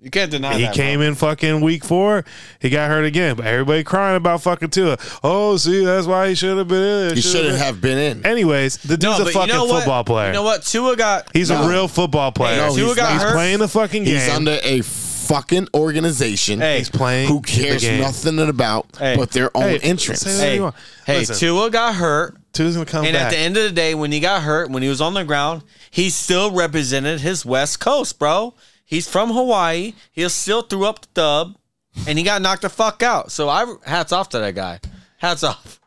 B: You can't deny
A: He
B: that.
A: came in fucking week four. He got hurt again, but everybody crying about fucking Tua. Oh, see, that's why he should have been in. it,
C: He
A: should've
C: shouldn't
A: been-
C: have been in.
A: Anyways, the
B: bro.
A: dude's a fucking football
B: what?
A: player.
B: You know what? Tua got.
A: He's
C: No.
A: a real football player.
C: No,
A: he's
C: Tua got
A: he's
B: hurt.
A: playing the fucking game.
C: He's under a fucking organization
B: Hey,
A: He's playing.
C: who cares
A: the game.
C: nothing about
B: Hey.
C: but their own
A: Hey,
C: entrance.
A: say that
B: Hey,
A: you want.
B: hey,
A: Listen.
B: Tua got hurt,
A: Tua's gonna come
B: and
A: back.
B: at the end of the day, when he got hurt, when he was on the ground, he still represented his West Coast, bro. He's from Hawaii. He still threw up the dub, and he got knocked the fuck out. So I hats off to that guy. Hats off.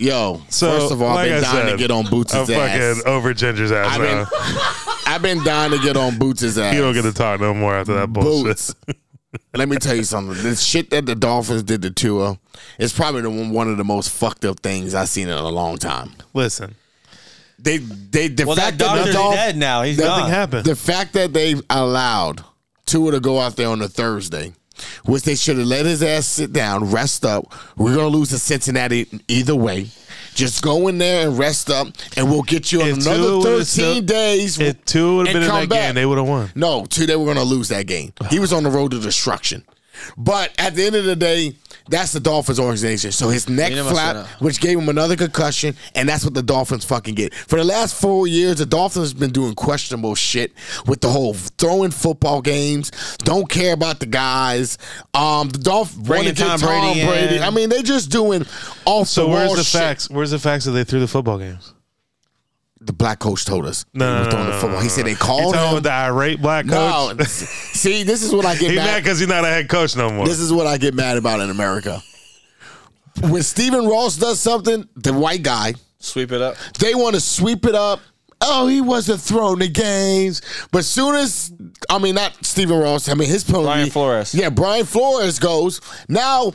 C: Yo,
A: So,
C: first of all,
A: like
C: I've been
A: I
C: dying to
A: said,
C: get on Boots'
A: I'm
C: ass.
A: fucking over Ginger's ass
C: I've
A: now.
C: been, I've been dying to get on Boots' ass.
A: You don't get to talk no more after that bullshit.
C: Boots. Let me tell you something. The shit that the Dolphins did to Tua is probably the, one one of the most fucked up things I've seen in a long time.
A: Listen,
C: They, they, the
B: Well, that
C: fact that the
B: doctor's
C: Dolphins,
B: dead now. He's
A: nothing
B: done.
A: happened.
C: The fact that they allowed Tua to go out there on a Thursday, which they should have let his ass sit down, rest up. We're gonna lose to Cincinnati either way. Just go in there and rest up, and we'll get you on
A: If
C: another
A: Tua
C: thirteen
A: would've still-
C: days.
A: if Tua would have
C: and
A: been in
C: come
A: that
C: back.
A: game, they would have won.
C: No, two, they were going to lose that game. He was on the road to destruction. But at the end of the day, that's the Dolphins organization. So his neck
B: You know what's
C: flap,
B: gonna-
C: which gave him another concussion, and that's what the Dolphins fucking get. For the last four years, the Dolphins have been doing questionable shit with the whole throwing football games. Don't care about the guys. Um, the Dolphins want to
B: Bringing
C: get
B: Tom
C: Tom
B: Brady
C: Brady.
B: in.
C: I mean, they just doing off
A: So
C: the
A: where's
C: wall
A: the
C: shit.
A: facts? Where's the facts that they threw the football games?
C: The black coach told us
A: No,
C: they
A: no,
C: were
A: no,
C: throwing
A: no,
C: the football. He said they
A: You
C: called
A: talking
C: him.
A: with the irate black
C: no,
A: coach?
C: see, this is what I get
A: He's
C: mad
A: mad because he's not a head coach no more.
C: This is what I get mad about in America. When Stephen Ross does something, the white guy,
B: Sweep it up.
C: they want to sweep it up. Oh, he wasn't throwing the games. But soon as, I mean, not Stephen Ross, I mean, his penalty.
B: Brian Flores.
C: Yeah, Brian Flores goes. Now,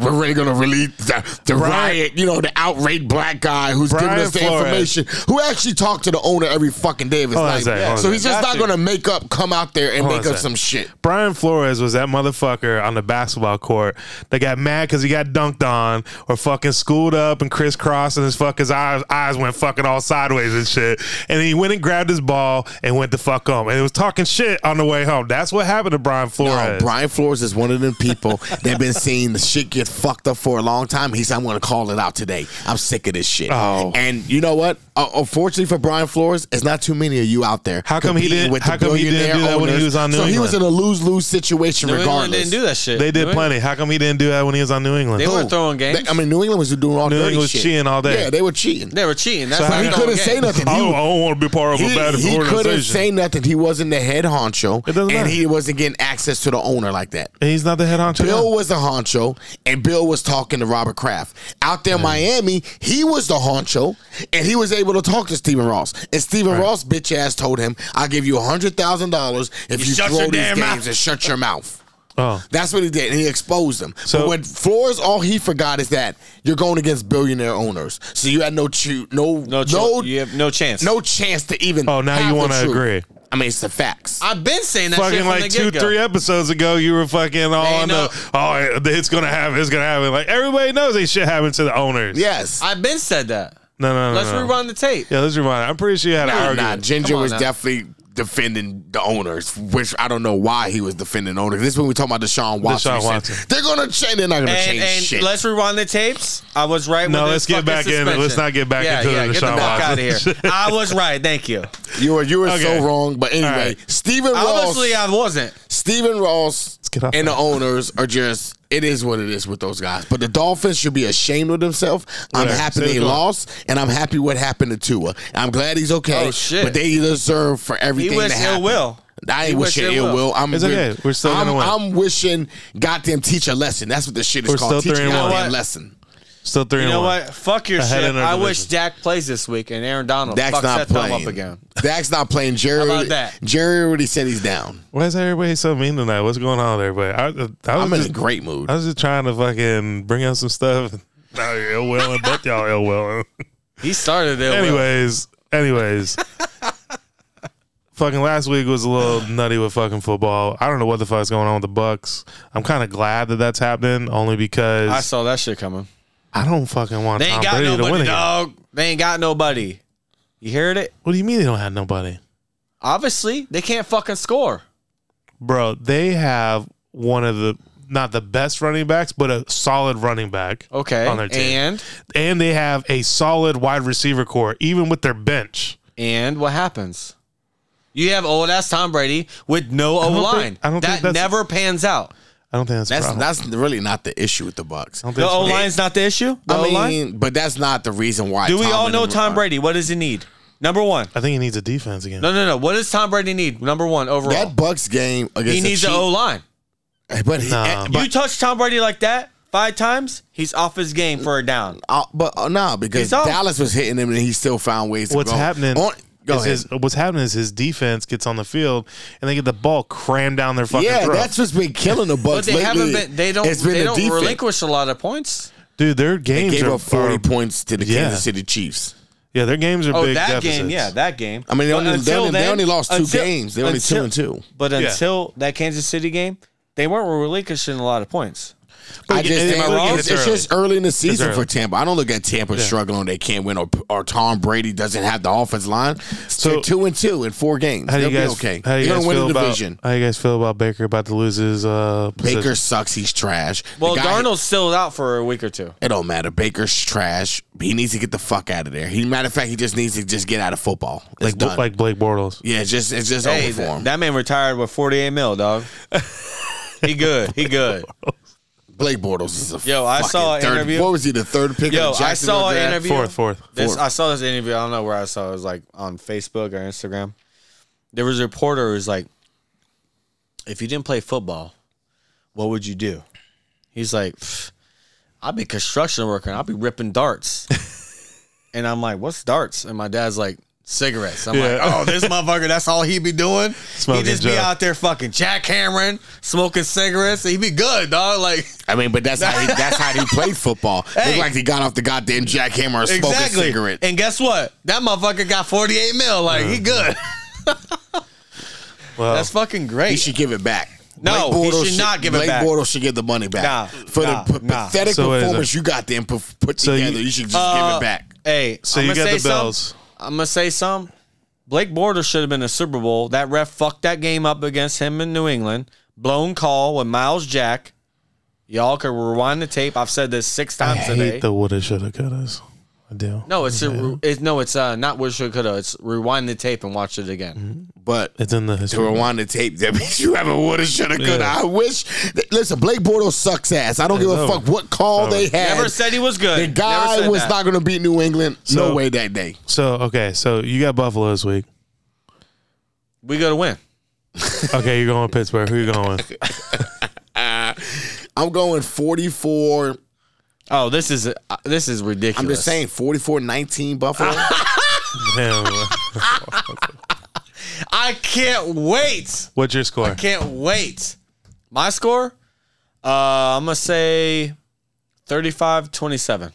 C: we're really going to release the, the riot, you know, the outraged black guy who's
A: Brian
C: giving us the
A: Flores.
C: information, who actually talked to the owner every fucking day of his
A: Hold on a
C: life.
A: second, hold on
C: so
A: a
C: he's just
B: second.
C: not
B: Got
C: going to make up, come out there and
A: Hold on
C: make
A: a
C: up
A: second.
C: some shit.
A: Brian Flores was that motherfucker on the basketball court that got mad because he got dunked on or fucking schooled up and crisscrossed and his fuck his eyes, eyes went fucking all sideways and shit. And he went and grabbed his ball and went the fuck home. And it was talking shit on the way home. That's what happened to Brian
C: No,
A: Flores.
C: Oh, Brian Flores is one of them people that been seeing the shit get fucked up for a long time. He's, I'm going to call it out today. I'm sick of this shit.
A: Oh.
C: And you know what? Uh, unfortunately for Brian Flores, it's not too many of you out there.
A: How come he
C: competing
A: didn't-
C: the
A: how come he didn't
C: billionaire
A: do that when he
C: owners.
A: was on New
C: So he was in a
A: England?
C: lose lose situation
B: New England
C: regardless.
B: didn't do that shit.
A: they did
B: New England-
A: plenty. How come he didn't do that when he was on New England?
B: They
A: Who? um,
B: weren't throwing games.
C: I mean, New England was doing all
A: New
C: dirty
A: England was
C: shit.
A: cheating all day.
C: Yeah, they were cheating.
B: they were cheating. That's
A: So
B: how
A: how
C: he
A: come-
C: couldn't say nothing.
A: I
C: He-
A: don't, I don't want to be part of a
C: He,
A: bad
C: he couldn't
A: organization.
C: say nothing. He wasn't the head honcho,
A: It doesn't
C: and
A: matter.
C: he wasn't getting access to the owner like that.
A: And he's not the head honcho.
C: Bill was the honcho, and Bill was talking to Robert Kraft. Out there in Miami, he was the honcho, and he was able to talk to Stephen Ross. And Stephen Ross, bitch ass, told him, I'll give you $100,000 if you,
B: shut
C: throw
B: your
C: these
B: damn
C: games
B: mouth."
C: and shut your mouth.
A: Oh.
C: That's what he did, and he exposed them.
A: So-
C: but when Flores, all he forgot is that you're going against billionaire owners, so you had no chu- no
B: No,
C: no
B: no,
C: no,
B: you have no chance.
C: no chance to even.
A: Oh, now
C: have
A: you
C: the
A: wanna
C: truth.
A: agree.
C: I mean, it's the facts.
B: I've been saying that shit
A: fucking
B: from
A: like
B: the
A: two,
B: get-go.
A: three episodes ago, you were fucking all
B: They
A: on
B: know-
A: the oh, it's gonna happen, it's gonna happen. Like everybody knows they shit happened to the owners.
C: yes,
B: I've been said that.
A: no, no, no.
B: Let's
A: no.
B: rerun the tape.
A: Yeah, let's rewind. I'm pretty sure you had an
C: Nah,
A: argument.
C: nah, Ginger
B: Come on
C: was
B: now.
C: definitely defending the owners, which I don't know why he was defending the owners. This is when we talk about Deshaun Watson.
A: Deshaun
C: He said,
A: Watson.
C: They're gonna change. They're not gonna
B: And,
C: change
B: and
C: shit.
B: let's rewind the tapes. I was right.
A: No,
B: with
A: let's get
B: this fucking
A: back in.
B: suspension.
A: Let's not get back
B: yeah,
A: into the
B: yeah, get the
A: Deshaun
B: fuck out of
A: Watson
B: here. I was right. Thank you.
C: you were you were
A: Okay.
C: so wrong. But anyway,
A: All right.
C: Stephen Ross,
B: Obviously, I wasn't.
C: Stephen Ross,
A: get off
C: and
A: that.
C: the owners are just. It is what it is with those guys. But the Dolphins should be ashamed of themselves. I'm
A: Yeah,
C: happy
A: say
C: they
A: it, go on.
C: lost, and I'm happy what happened to Tua. I'm glad he's okay.
B: Oh, shit.
C: But they deserve for everything
B: He
C: to
B: wished
C: happen.
B: ill will.
C: I
B: He
C: ain't wishing
B: wish
C: ill will. I'm
A: It's okay. We're still
C: I'm,
A: gonna win.
C: I'm wishing goddamn teach a lesson. That's what this shit is
A: We're still
C: called. Teach a
A: three and
B: one.
C: goddamn
B: You know what?
C: lesson.
A: Still three
B: You
A: and
B: know
A: one.
B: what? Fuck your
A: Ahead
B: shit.
A: in our
B: I
A: division.
B: wish Dak plays this week and Aaron Donald
C: Dak's
B: fucks
C: not
B: that thumb
C: playing.
B: up again.
C: Dak's not playing. Jerry.
B: about that?
C: Jerry already said he's down.
A: Why is everybody so mean tonight? What's going on with everybody? I, I was
C: I'm in
A: just,
C: a great mood.
A: I was just trying to fucking bring out some stuff. Now you're ill willing, both y'all ill willing.
B: He started it.
A: anyways, anyways. fucking last week was a little nutty with fucking football. I don't know what the fuck's going on with the Bucks. I'm kind of glad that that's happening only because
B: I
A: I,
B: saw that shit coming.
A: don't fucking want
B: They
A: Tom
B: ain't got
A: Brady to win
B: nobody,
A: again.
B: dog. They ain't got nobody. You heard it?
A: What do you mean they don't have nobody?
B: Obviously, they can't fucking score.
A: Bro, they have one of the not the best running backs, but a solid running back.
B: Okay.
A: On their team.
B: And
A: And they have a solid wide receiver core, even with their bench.
B: and what happens? You have old ass Tom Brady with no
A: don't
B: O
A: think-
B: line.
A: I don't think that's-
B: That never pans out.
A: I don't think that's,
C: That's
A: a problem.
C: that's really not the issue with the Bucks.
A: I don't think
B: The
A: that's
B: O
A: what-
B: line's not the issue. The
C: I
B: O line.
C: mean, but that's not the reason why.
B: Do we
C: Tom
B: all
C: and
B: know
C: them
B: Tom
C: are-
B: Brady? What does he need? Number one.
A: I think he needs a defense again.
B: No, no, no. What does Tom Brady need? Number one overall.
C: That Bucks game against
B: He needs
C: the
B: an O
C: Chiefs,
B: line.
C: but he,
A: Nah.
C: but,
B: you touch Tom Brady like that five times, he's off his game for a down.
C: uh, but uh, no, because
B: He's off.
C: Dallas was hitting him and he still found ways. To
A: what's
C: go.
A: happening
C: On, go
A: is
C: ahead.
A: his, what's happening is his defense gets on the field and they get the ball crammed down their fucking
C: yeah,
A: throat.
C: that's what's been killing the
B: But
C: Bucks
B: they
C: lately.
B: haven't been. They don't.
C: It's been
B: They
C: the
B: don't
C: defense.
B: relinquish a lot of points.
A: Dude, their
C: They
A: games
C: gave
A: are
C: up 40
A: are-
C: points to the
A: Yeah.
C: Kansas City Chiefs.
A: Yeah, their games are
B: Oh,
A: big
B: that
A: deficits.
B: game. Yeah, that game.
C: I mean, they
B: But
C: only- they
B: until
C: only- they only lost two games. They only two and two.
B: But
A: Yeah.
B: until that Kansas City game, they weren't relinquishing a lot of points.
C: I
A: it-
C: just
A: it-
C: think
A: am I wrong?
C: it's, it's just early in the season
A: early.
C: for Tampa. I don't look at Tampa struggling; they can't win, or, or Tom Brady doesn't have the offense line. So
A: So-
C: two and two in four games.
A: How do
C: They'll
A: you guys?
C: be okay.
A: How do you
C: They're
A: guys
C: gonna win
A: feel
C: the
A: about?
C: division.
A: How you guys feel about Baker about to lose his uh, position?
C: Baker sucks. He's trash. The
B: Well,
C: guy-
B: Darnold's still out for a week or two.
C: It don't matter. Baker's trash. He needs to get the fuck out of there. He matter of fact, he just needs to just get out of football. It's
A: like
C: done.
A: like Blake Bortles.
C: yeah, it's just it's just
B: Hey,
C: over for him.
B: that, that man retired with forty-eight mil, dog. he good. He good.
C: Blake Bortles is a
B: Yo, I
C: fucking
B: saw an
C: third,
B: interview-
C: What was he the third pick?
B: Yo,
C: of the
B: I saw
C: Jacksonville
B: an
C: draft?
B: interview.
A: Fourth, fourth.
B: This
C: Fourth.
B: I saw this interview. I don't know where I saw it. It was like on Facebook or Instagram. There was a reporter who was like, "If you didn't play football, what would you do?" He's like, "Pff, "I'd be construction worker. and I'd be ripping darts." and I'm like, "What's darts?" And my dad's like, "Cigarettes." I'm like,
A: Yeah.
B: "Oh, this motherfucker. That's all he be doing.
A: Smoking
B: he just be
A: Joe.
B: out there fucking jackhammering, smoking cigarettes. He be good, dog. Like."
C: I mean, but that's how he, that's how he played football.
B: Hey.
C: Looked like he got off the goddamn jackhammer and smoked a
B: Exactly.
C: cigarette.
B: And guess what? That motherfucker got 48 mil. Like, he good.
A: Well,
B: That's fucking great.
C: He should give it back.
B: No, he should not give it
C: Blake
B: back.
C: Bortles should get the money back
B: Nah,
C: for
B: nah,
C: the p-
B: nah.
C: pathetic
A: So what is
C: performance
A: it?
C: you got them p- put
A: So you-
C: together. You, should just give
B: Uh,
C: it back.
B: hey,
A: so you got the Bills.
B: I'm gonna say some. Blake Bortles should have been a Super Bowl. That ref fucked that game up against him in New England. Blown call with Miles Jack. Y'all could rewind the tape. I've said this six
A: I
B: times today.
A: hate the woulda, shoulda, couldas. I do.
B: no, it's, a, it's no, it's uh, not wish we coulda. It's rewind the tape and watch it again.
A: Mm-hmm.
C: But
A: it's in the
C: to
A: history.
C: rewind the tape, that means you haven't woulda, shoulda, coulda.
A: Yeah.
C: I wish. th- Listen, Blake Bortles sucks ass. I don't give a
A: over.
C: fuck what call
A: Over.
C: they had.
B: Never said he was good.
C: the
B: Never
C: guy
B: said
C: was
B: that.
C: not going to beat New England.
A: So-
C: no way that day.
A: So okay, so you got Buffalo this week.
B: We gotta win.
A: Okay, you're going with Pittsburgh. Who you going with?
C: I'm going 44.
B: Oh, this is uh, this is ridiculous.
C: I'm just saying 44 19 Buffalo.
A: Damn.
B: I can't wait.
A: What's your score?
B: Can't wait. My score? Uh, I'm going to say 35 27.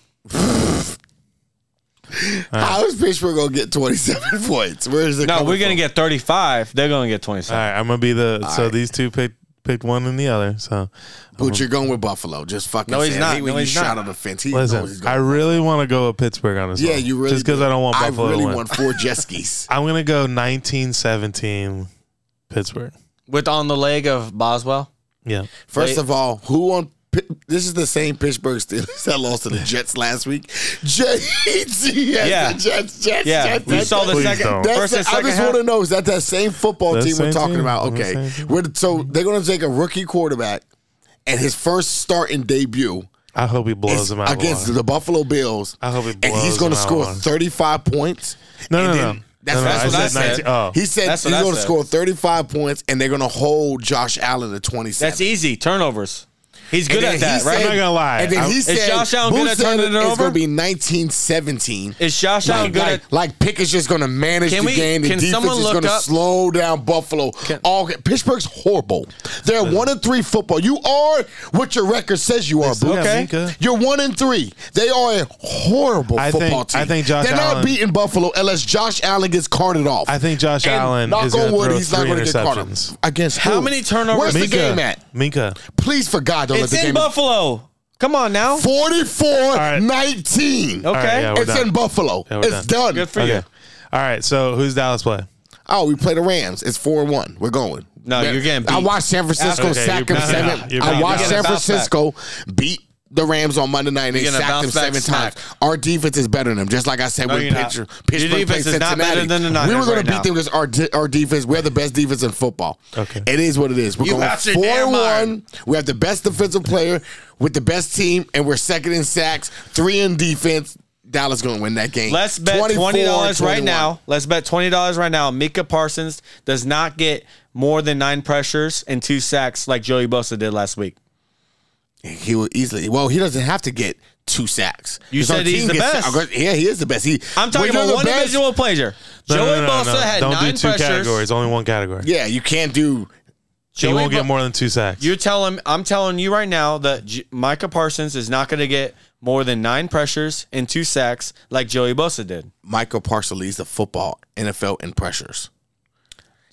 C: How is Pittsburgh going to get 27 points? Where is it
B: No,
C: coming
B: we're going
C: from?
B: to get 35. They're going to get
A: All
B: 27.
A: right, I'm gonna be the. so these two pick picked one and the other. So
C: But you're going with Buffalo. Just fucking.
B: No, he's
C: say it.
B: not.
C: He-
B: No,
C: you
B: he's
C: shot
B: not.
C: on the fence. He knows he's
A: listen, I
C: going.
A: really want to go with Pittsburgh on this.
C: yeah,
A: one,
C: you really.
A: just because
C: do.
A: I don't want Buffalo
C: I really
A: to win.
C: want four jet skis.
A: I'm gonna go 1917 Pittsburgh.
B: with on the leg of Boswell.
A: Yeah,
C: First
B: They-
C: of all, who on? Pi- This is the same Pittsburgh Steelers that lost to the Jets last week. E Jets,
B: Yeah.
C: yeah, Jets, Jets,
B: Yeah,
C: Jets.
B: we
C: Jets,
B: saw the
A: Please
B: second.
A: don't.
B: First
C: That's
B: and
C: the- I
B: second
C: just want to
B: half.
C: know is that that same football
A: That
C: team
A: same
C: we're talking
A: team.
C: about?
A: That same
C: Okay,
A: team.
C: We're, so they're going to take a rookie quarterback, and his first start and debut
A: I hope he blows
C: is
A: them out of
C: against
A: water.
C: the Buffalo Bills.
A: I hope he
C: and
A: blows
C: he's going to
A: them out of
C: score
A: water.
C: 35 points.
A: No, no,
C: and
A: no.
C: then-
A: no,
C: that's-
A: no,
B: that's what I said.
A: 19 oh,
C: He said
B: That's
C: he's
B: what I
C: going to
B: said.
C: score 35 points, and they're going to hold Josh Allen to 27.
B: That's easy. Turnovers. He's
C: And
B: good
C: then
B: at that,
C: he
B: right?
A: I'm not gonna lie.
C: And then
A: I-
C: he
A: Is
C: said,
B: Josh Allen good
C: Boo
B: at turning
C: said
B: it
C: It's
B: over?
C: going to be 1917.
B: Is Josh Allen
C: Like,
B: good
C: like,
B: at?
C: like Pick is just going to manage
B: Can
C: the
B: we-
C: game. The
B: can
C: defense
B: someone
C: is
B: look
C: going to
B: up-
C: slow down Buffalo. All Pittsburgh's horrible. They're one and three football. You are what your record says you are,
A: still
C: bro.
A: got
B: Okay.
A: Minka.
C: You're one and three. They are a horrible
A: I think-
C: football team.
A: I think Josh
C: They're
A: Allen-
C: not beating Buffalo unless Josh Allen gets carted off.
A: I think Josh
C: And
A: Allen
C: knock
A: is gonna
C: on wood,
A: throw
C: he's not
A: three
C: gonna get caught
A: interceptions.
C: against
B: How
C: who?
B: many turnovers-
C: Where's the
A: Minka,
C: game at?
A: Minka.
C: Please, for God, don't
B: It's
C: let the
B: in
C: game.
B: Buffalo. Come on now.
C: 44
A: right.
C: 19.
A: All right,
B: Okay.
A: yeah, we're
C: It's
A: done.
C: in Buffalo.
A: Yeah, we're
C: it's done.
B: Good for you.
A: Okay. All right. So who's Dallas play?
C: Oh, we play the Rams. It's four and one. We're going.
B: No, you're getting
C: I
B: beat.
C: watched San Francisco
A: Okay,
C: sack
A: you're
C: him
A: beat.
C: seven.
A: You're
C: I
A: beat.
C: watched
A: You're
C: San
B: getting a bounce back.
C: Francisco beat the Rams on Monday night. and They
B: You're getting a
C: sacked them
B: bounce back
C: seven
B: smack.
C: times. Our defense is better than them. Just like I said,
B: No,
C: when
B: you're not.
C: Pittsburgh,
B: Your
C: Pittsburgh played
B: defense is not
C: Cincinnati,
B: better than the
C: we were
B: Niners right
C: going to beat
B: now.
C: them because our de- our defense. We're the best defense in football.
A: Okay.
C: it is what it is. We're
B: You
C: going
B: out your
C: four
B: damn
C: and one.
B: mind.
C: We have the best defensive player with the best team, and we're second in sacks, three in defense. Dallas going to win that game.
B: Let's bet
C: 24,
B: twenty dollars right
C: 21.
B: now. Let's bet twenty dollars right now. Mika Parsons does not get more than nine pressures and two sacks like Joey Bosa did last week.
C: He will easily. Well, he doesn't have to get two sacks.
B: You
C: 'Cause our
B: said he's
C: team
B: the
C: gets-
B: best.
C: our- Yeah, he is the best. He.
B: I'm talking
C: when you're
B: about
C: the
B: one
C: best-
B: individual pleasure.
A: No,
B: Joey
A: no, no, no,
B: Bosa
A: no.
B: had
A: Don't
B: nine
A: do two
B: pressures.
A: categories. Only one category.
C: Yeah, you can't do.
A: He
B: Joey
A: won't
B: Bo-
A: get more than two sacks.
B: You're telling I'm telling you right now that J- Micah Parsons is not going to get more than nine pressures and two sacks like Joey Bosa did.
C: Michael Parson leads the football NFL in pressures.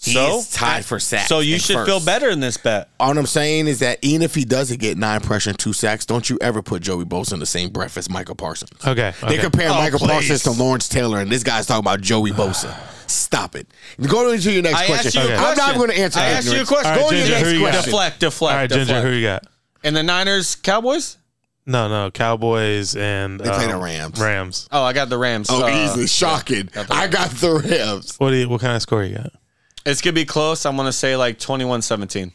C: He
B: So
C: is tied for sacks.
B: So you
C: in
B: should
C: first.
B: feel better in this bet.
C: All I'm saying is that even if he doesn't get nine pressure and two sacks, don't you ever put Joey Bosa in the same breath as Michael Parsons.
A: okay.
C: They
A: okay.
C: compare
B: Oh,
C: Michael
B: please.
C: Parsons to Lawrence Taylor, and this guy's talking about Joey Bosa. Stop it. Go to your next
B: I
C: question.
B: asked you a
C: I'm not
B: question.
C: going to answer
B: I
C: that
B: asked you a
C: ignorance.
B: question.
A: All
C: Go
A: right,
C: to your
A: Ginger, who
C: next
A: you got?
C: question.
B: Deflect, deflect,
A: All right,
B: deflect.
A: Ginger. Who you got?
B: And the Niners, Cowboys?
A: No, no. Cowboys and
C: They play
A: um,
C: the Rams.
A: Rams.
B: Oh, I got the Rams.
C: Oh,
B: Uh,
C: easily shocking! I got the Rams.
A: What do you? What kind of score you got?
B: It's going to be close. I'm going to say like 21-17.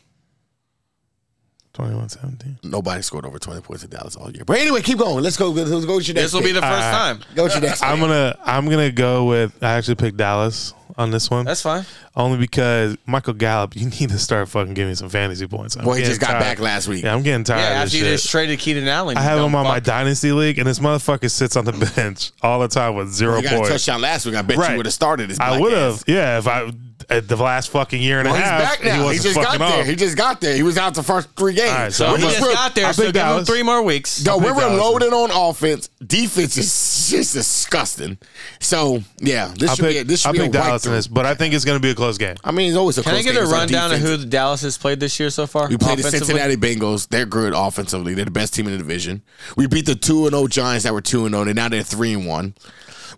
A: 21-17.
C: Nobody scored over twenty points in Dallas all year. But anay, keep going. Let's go. Let's go to your next.
B: This will be
C: pick.
B: the first
A: All right.
B: time.
C: go to your next.
A: I'm
C: pick.
A: gonna. I'm gonna go with. I actually picked Dallas on this one.
B: That's fine.
A: Only because Michael Gallup, you need to start fucking giving me some fantasy points. I'm
C: Boy, he
A: getting
C: just got
A: tired.
C: back last week.
A: Yeah, I'm getting tired
B: Yeah,
A: of
B: after
A: this
B: you
A: shit.
B: just traded Keaton Allen.
A: I
B: you
A: have
B: dumb
A: him on my
B: fuck.
A: dynasty league, and this motherfucker sits on the bench all the time with zero
C: He got a
A: points.
C: touchdown last week. I bet you would have started. His
A: I would have. Yeah, if I at the last fucking year and
C: Well,
A: a
C: he's
A: half,
C: back now. He,
A: wasn't
C: just got
A: fucking
C: there.
A: off.
C: He just got there. He was out the first three games.
A: All right, so
B: Well,
A: I'm
B: he
A: a-
B: just got
A: I
B: there, so
A: picked
B: give him
A: Dallas.
B: three more weeks.
C: Yo, we
A: pick
C: were
A: Dallas.
C: loaded on offense. Defense is just disgusting. So yeah, this
A: I
C: should be. A, this
A: pick,
C: should
A: I
C: be a
A: pick Dallas in
C: wipe-through.
A: this, but I think it's going to be a close game.
C: I mean, it's always a.
B: Can I
C: close
B: get
C: game.
B: a
C: It's our
B: rundown of
C: defense.
B: who the Dallas has played this year so far?
C: We played the
B: Offensively?
C: Cincinnati Bengals. They're good offensively. They're the best team in the division. We beat the two and zero Giants that were two and zero. and Now they're three and one.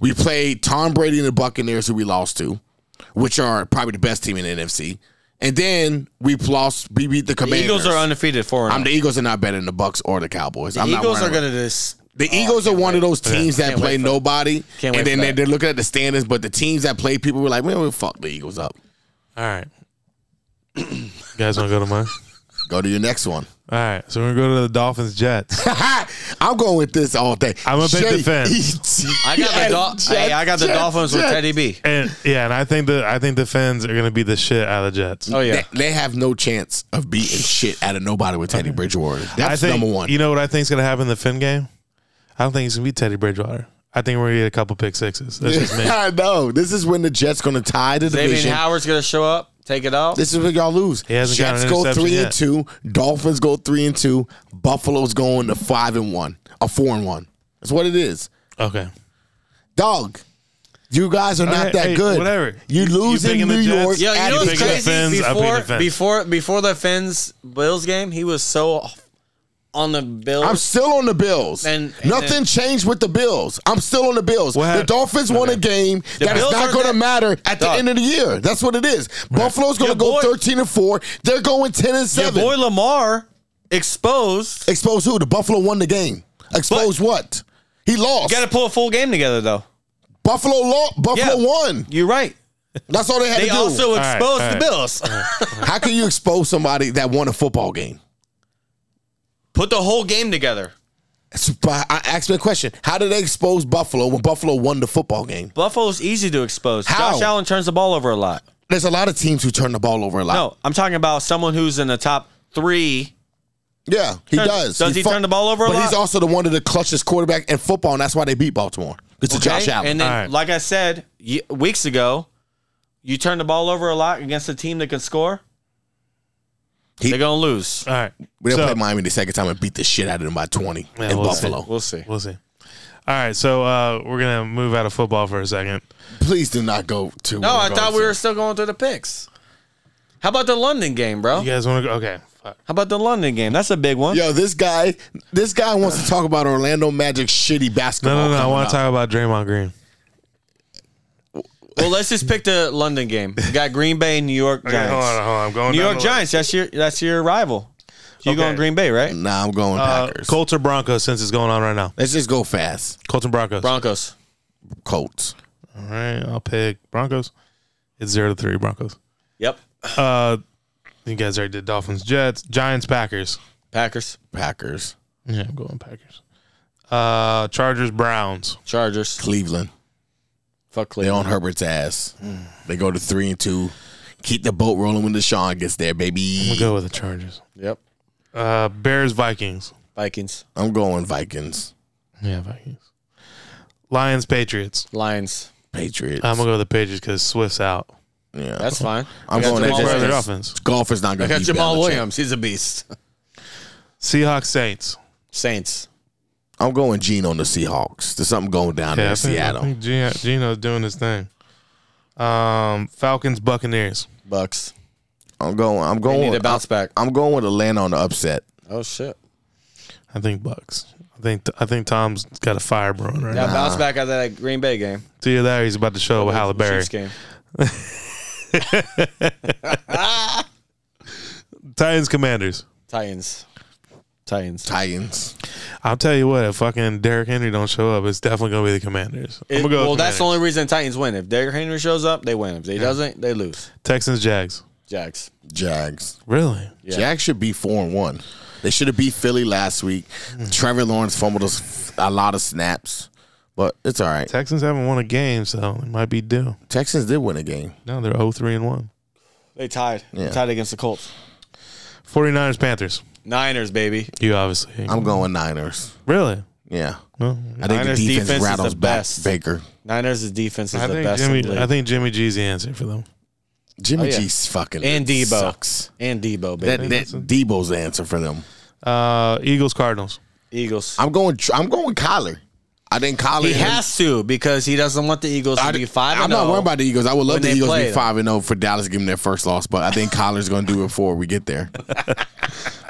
C: We played Tom Brady and the Buccaneers, who we lost to, which are probably the best team in the NFC. And then we lost. We beat the Commanders.
B: Eagles are undefeated four
C: I'm
B: and
C: the Eagles are not better than the Bucks or the Cowboys.
B: The
C: I'm not
B: Eagles
C: worried
B: are
C: about-
B: going to just
C: the Eagles are one of those teams that
B: Can't
C: play
B: wait for-
C: nobody,
B: Can't wait
C: and then
B: for
C: they're,
B: that.
C: they're looking at the standards. But the teams that play people were like, man, we'll fuck the Eagles up.
A: All right, you guys want to go to mine?
C: Go to your next one.
A: All right, so we're going to go to the Dolphins Jets.
C: I'm going with this all day. E
A: I'm gonna pick the Fins.
B: I got the Dol- hey, I got the Dolphins
C: E
B: with Teddy B.
A: And yeah, and I think the I think the Fins are going to be the shit out of the Jets.
B: Oh yeah.
C: They, they have no chance of beating shit out of nobody with Teddy Bridgewater.
A: I
C: That's
A: think
C: number one.
A: You know what I think is going to happen in the Fin game? I don't think it's going to be Teddy Bridgewater. I think we're going to get a couple pick sixes. That's just me.
C: I know. This is when the Jets going to tie the
B: Xavier
C: division.
B: Howard's going to show up, take it off.
C: This is where y'all lose.
A: He hasn't got
C: Jets
A: an
C: go
A: interception
C: three
A: yet.
C: and two. Dolphins go three and two. Buffalo's going to five and one. A four and one. That's what it is.
A: Okay.
C: Dog. You guys are not
A: Okay,
C: that
A: hey,
C: good.
A: whatever.
C: You
A: You-
C: lose
A: you
C: in
A: picking the
C: New
A: Jets?
C: York.
A: Yeah,
B: Yo, you
C: at
B: know
A: I'm
B: what's
C: the
A: picking the
B: crazy?
A: Fins, I'm picking
B: before,
A: the Fins.
B: before before the Fins Bills game, he was so off on the Bills.
C: I'm still on the Bills.
B: And- and
C: Nothing
B: then-
C: changed with the Bills. I'm still on the Bills.
A: What
C: The
A: happened?
C: Dolphins won a game that is
B: Bills
C: not
B: aren't
C: going to
B: that-
C: matter at the
B: Dog.
C: end of the year. That's what it is. Buffalo's going
B: Your
C: to go
B: boy-
C: 13 and 4. They're going 10 and
B: Your
C: 7.
B: boy Lamar exposed.
C: Expose who? The Buffalo won the game. Expose what? He lost.
B: Got to pull a full game together though.
C: Buffalo lost. Buffalo
B: Yeah.
C: won.
B: You're right.
C: That's all they had
B: They
C: to do.
B: also
A: right,
B: exposed
A: all
B: the
A: right.
B: Bills.
C: How can you expose somebody that won a football game?
B: Put the whole game together.
C: That's why I asked me a question. How did they expose Buffalo when Buffalo won the football game?
B: Buffalo's easy to expose.
C: How?
B: Josh Allen turns the ball over a lot.
C: There's a lot of teams who turn the ball over a lot.
B: No, I'm talking about someone who's in the top three.
C: Yeah, he
B: Turn-
C: does.
B: does he turn the ball over a
C: But he's
B: lot?
C: also the one of the clutchest quarterback in football, and that's why they beat Baltimore. It's a Josh
B: okay?
C: Allen.
B: And then,
A: All right.
B: like I said ye- weeks ago, you turn the ball over a lot against a team that can score.
C: He-
B: they're gonna lose.
A: All right.
C: we didn't
A: So-
C: play Miami the second time and beat the shit out of them by 20
A: Yeah,
C: in
A: we'll see.
C: Buffalo.
B: We'll see.
A: We'll see. All right, so uh, we're gonna move out of football for a second.
C: Please do not go to.
B: No,
C: where
B: I
C: we're
B: thought
C: going
B: we were
C: to.
B: still going through the picks. How about the London game, bro?
A: You guys want to go? Okay, fuck.
B: How about the London game? That's a big one.
C: Yo, this guy, this guy wants to talk about Orlando Magic shitty
A: No,
C: basketball.
A: no, no. I
C: coming
A: want
C: up.
A: to talk about Draymond Green.
B: Well, let's just pick the London game. You got Green Bay, New York
A: Okay,
B: Giants.
A: hold on, hold on. I'm going
B: New
A: down
B: York
A: the list.
B: Giants. That's your that's your rival. You
A: Okay.
B: going Green Bay, right?
C: Nah, I'm going
A: Uh,
C: Packers.
A: Colts or Broncos since it's going on right now.
C: Let's just go fast.
A: Colts and Broncos.
B: Broncos.
C: Colts.
A: All right, I'll pick Broncos. It's zero to three Broncos.
B: Yep.
A: Uh, you guys already did Dolphins, Jets, Giants, Packers.
B: Packers.
C: Packers.
A: Yeah, I'm going Packers. Uh, Chargers, Browns.
B: Chargers.
C: Cleveland.
B: Fuck
C: They
B: Cleveland.
C: on Herbert's ass. They go to three and two. Keep the boat rolling when Deshaun gets there, baby.
A: We'll go with the Chargers.
B: Yep.
A: Uh, Bears, Vikings.
B: Vikings.
C: I'm going Vikings.
A: Yeah, Vikings. Lions, Patriots.
B: Lions.
C: Patriots.
A: I'm gonna go with the Patriots because Swift's out.
C: yeah.
B: That's fine.
C: I'm
B: I got
C: going
B: Jamal
A: James
C: to
B: Williams.
A: Brother
C: Jets.
A: offense.
C: Golf is not
B: I
C: going to
B: got
C: beat
B: Jamal
C: Belichick.
B: Williams. He's a beast.
A: Seahawks, Saints.
B: Saints.
C: I'm going Gene on the Seahawks. There's something going down there
A: I
C: in
A: think- I
C: Seattle.
A: think Gino, Gino's doing his thing. Um, Falcons, Buccaneers.
B: Bucks.
C: I'm going. I'm
B: They
C: going.
B: need to bounce back.
C: I'm going with Atlanta on the upset.
B: Oh shit.
A: I think Bucks. I think I think Tom's got a fire brewing right
B: Yeah,
A: now.
B: bounce back out of that Green Bay game.
A: See you there. He's about to show up with Halle Berry.
B: Chiefs game.
A: Titans, Commanders.
B: Titans. Titans.
C: Titans.
A: I'll tell you what. If fucking Derrick Henry don't show up, it's definitely gonna be the Commanders. I'm
B: It-
A: gonna go.
B: well,
A: with
B: that's the
A: Commanders.
B: only reason Titans win. If Derrick Henry shows up, they win. If he doesn't, they lose.
A: Texans, Jags.
B: Jags.
C: Jags.
A: Really?
B: Yeah.
C: Jags should be four and one. They should have beat Philly last week. Trevor Lawrence fumbled us a lot of snaps, but it's all right.
A: Texans haven't won a game, so it might be due.
C: Texans did win a game.
A: No, they're 0-3 and one.
B: They tied.
C: Yeah.
B: Tied against the Colts.
A: 49ers, Panthers.
B: Niners, baby.
A: You obviously.
C: I'm going Niners.
A: really?
C: Yeah,
A: Well,
C: I think
B: Niners
C: the defense,
B: defense is
C: rattles
B: the
C: back
B: best.
C: Baker.
B: Niners' defense is
A: I
B: the
A: think
B: best. in the
A: Jimmy.
B: league.
A: I think Jimmy G's the answer for them.
B: Oh,
C: Jimmy
B: yeah.
C: G's fucking
B: and Debo.
C: sucks.
B: And Debo, baby.
C: That, that Debo's the answer for them.
A: Uh, Eagles, Cardinals.
B: Eagles.
C: I'm going. I'm going Collar. I think Collar
B: he has to because he doesn't want the Eagles to be five.
C: I'm
B: and
C: not
B: oh.
C: worried about the Eagles. I would love
B: when
C: the
B: they
C: Eagles to
B: play
C: be
B: them.
C: five and zero for Dallas to give them their first loss, but I think Collar's going to do it before we get there.
A: Uh,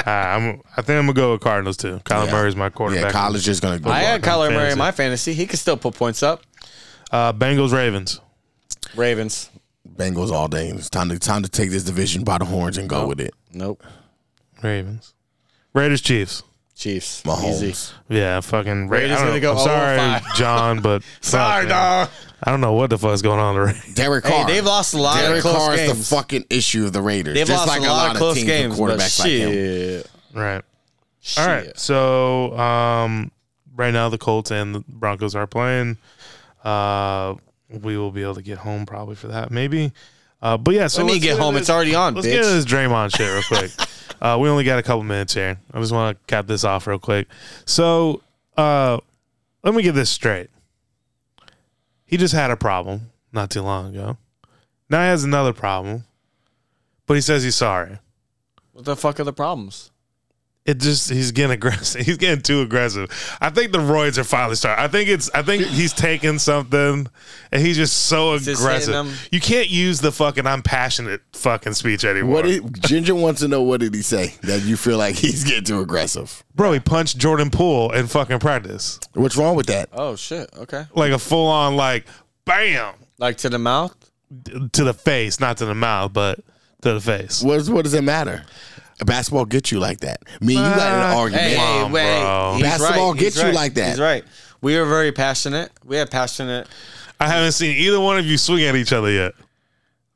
A: I'm, I think I'm gonna go with Cardinals too. Kyler
C: Yeah.
A: Murray's my
C: yeah,
A: quarterback.
C: Collar's just going to go.
B: I had
A: Come on,
B: Kyler Murray
A: fantasy.
B: in my fantasy. He could still put points up.
A: Uh, Bengals, Ravens.
B: Ravens.
C: Bengals all day. It's time to time to take this division by the horns and go with it.
B: Nope.
A: Ravens. Raiders, Chiefs.
B: Chiefs.
C: Mahomes.
B: Easy.
A: Yeah, fucking Ra-
B: Raiders
A: I don't
B: gonna
A: know.
B: go
A: I'm sorry,
B: 0
A: John, but
B: Sorry,
A: fuck, man.
B: dog.
A: I don't know what the fuck's going on. in The Raiders.
C: Derek
B: Hey,
C: Carr.
B: they've lost a lot
C: Derek
B: of close
C: Carr
B: games.
C: is the fucking issue of the Raiders.
B: They've
C: just
B: lost
C: like
B: a lot of close
C: teams with
B: games, but
C: quarterbacks like him.
B: shit.
A: right.
B: Shit.
A: All right. So, um, right now the Colts and the Broncos are playing. Uh, we will be able to get home probably for that, maybe. Uh, but yeah, so
B: Let me
A: let's
B: get
A: into
B: home.
A: this-
B: It's already on,
A: Let's
B: bitch.
A: get into this Draymond shit real quick. uh, we only got a couple minutes here. I just want to cap this off real quick. So, uh, let me get this straight. He just had a problem not too long ago. Now he has another problem, but he says he's sorry.
B: What the fuck are the problems?
A: It just he's getting aggressive. He's getting too aggressive. I think the roids are finally starting. I think it's I think he's taking something and he's just so
B: just
A: aggressive.
B: hitting 'em.
A: You can't use the fucking I'm passionate fucking speech anymore.
C: What did, Ginger wants to know what did he say that you feel like he's getting too aggressive?
A: Bro, he punched Jordan Poole in fucking practice.
C: What's wrong with that?
B: Oh shit. Okay.
A: Like a full on like bam
B: Like to the mouth.
A: to the face, not to the mouth, but to the face.
C: What, is, what does it matter? Basketball gets you like that. Me, and you got in
A: Fuck.
C: an argument.
B: Uh, Hey,
A: on,
B: wait.
A: bro.
B: He's
C: Basketball
B: right.
C: gets
B: He's
C: you
B: right.
C: like that.
B: He's right. We are very passionate. We have passionate.
A: I haven't seen either one of you swing at each other yet.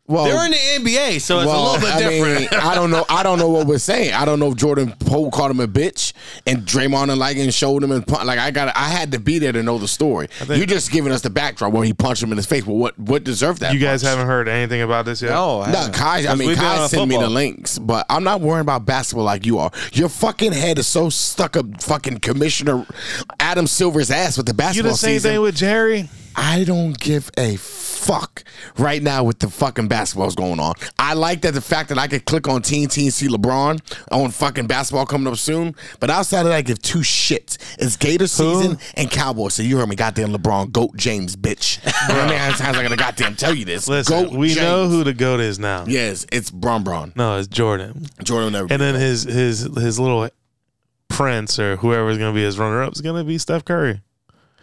C: Well,
B: They're in the NBA, so it's a little bit different.
C: mean, Oh. I don't know. I don't know what we're saying. I don't know if Jordan Poole called him a bitch and Draymond and Ligon showed him and pun- like I got. I had to be there to know the story. You're just giving us the backdrop where he punched him in his face. Well, what what deserved that?
A: You guys
C: punch?
A: haven't heard anything about this yet?
B: no, Oh, I
C: No,
B: haven't.
C: Kai. I
A: 'Cause
C: mean,
A: we've been
C: Kai
A: on
C: sent me the
A: football.
C: links, but I'm not worrying about basketball like you are. Your fucking head is so stuck up, fucking Commissioner Adam Silver's ass with the
A: You
C: basketball
A: the same
C: season.
A: thing with Jerry?
C: I don't give a fuck right now with the fucking basketball's going on. I like that the fact that I could click on TNT and see LeBron on fucking basketball coming up soon. But outside of that, I give two shits. It's Gator season and Cowboy. So you heard me, goddamn LeBron, goat James, bitch. you know what I mean? How many times I gotta goddamn tell you this?
A: Listen,
C: Goat
A: we
C: James.
A: know who the goat is now.
C: Yes, it's Bron Bron.
A: No, it's Jordan.
C: Jordan never.
A: And then his his his little prince or whoever's gonna be his runner up is gonna be Steph Curry.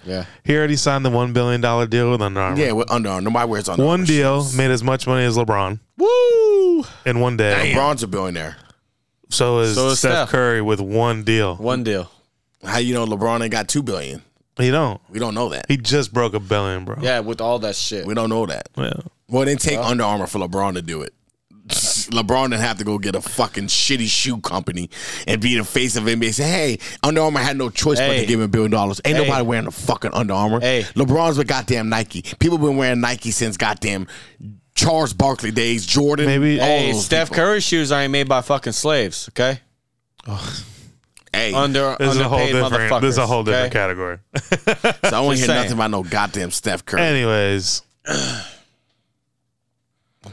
C: yeah,
A: He already signed the one billion dollar deal with Under Armour.
C: yeah, with Under Armour. Nobody wears Under
A: one
C: Armour
A: deal
C: shoes.
A: made as much money as LeBron
C: Woo!
A: in one day.
C: LeBron's a billionaire.
A: So is,
B: So is
A: Steph,
B: Steph.
A: Curry with one deal.
B: One deal.
C: How you know LeBron ain't got two billion?
A: He don't.
C: We don't know that.
A: He just broke a billion, bro.
B: Yeah, with all that shit.
C: We don't know that.
A: Yeah.
C: Well, it didn't take Under Armour for LeBron to do it. LeBron didn't have to go get a fucking shitty shoe company and be the face of NBA. Say, hey, Under Armour had no choice but
B: Hey.
C: to give him a billion dollars. Ain't
B: Hey.
C: nobody wearing a fucking Under Armour.
B: Hey.
C: LeBron's with goddamn Nike. People been wearing Nike since goddamn Charles Barkley days, Jordan.
A: Maybe- Oh.
C: all
B: hey,
C: those
B: Steph
C: people.
B: Curry shoes ain't made by fucking slaves, okay?
C: Hey,
B: Under
A: This is a whole
B: underpaid motherfuckers.
A: different this is a whole different
B: okay?
A: category.
C: so I
B: just
C: won't hear
B: saying.
C: nothing about no goddamn Steph Curry.
A: Anyways. That's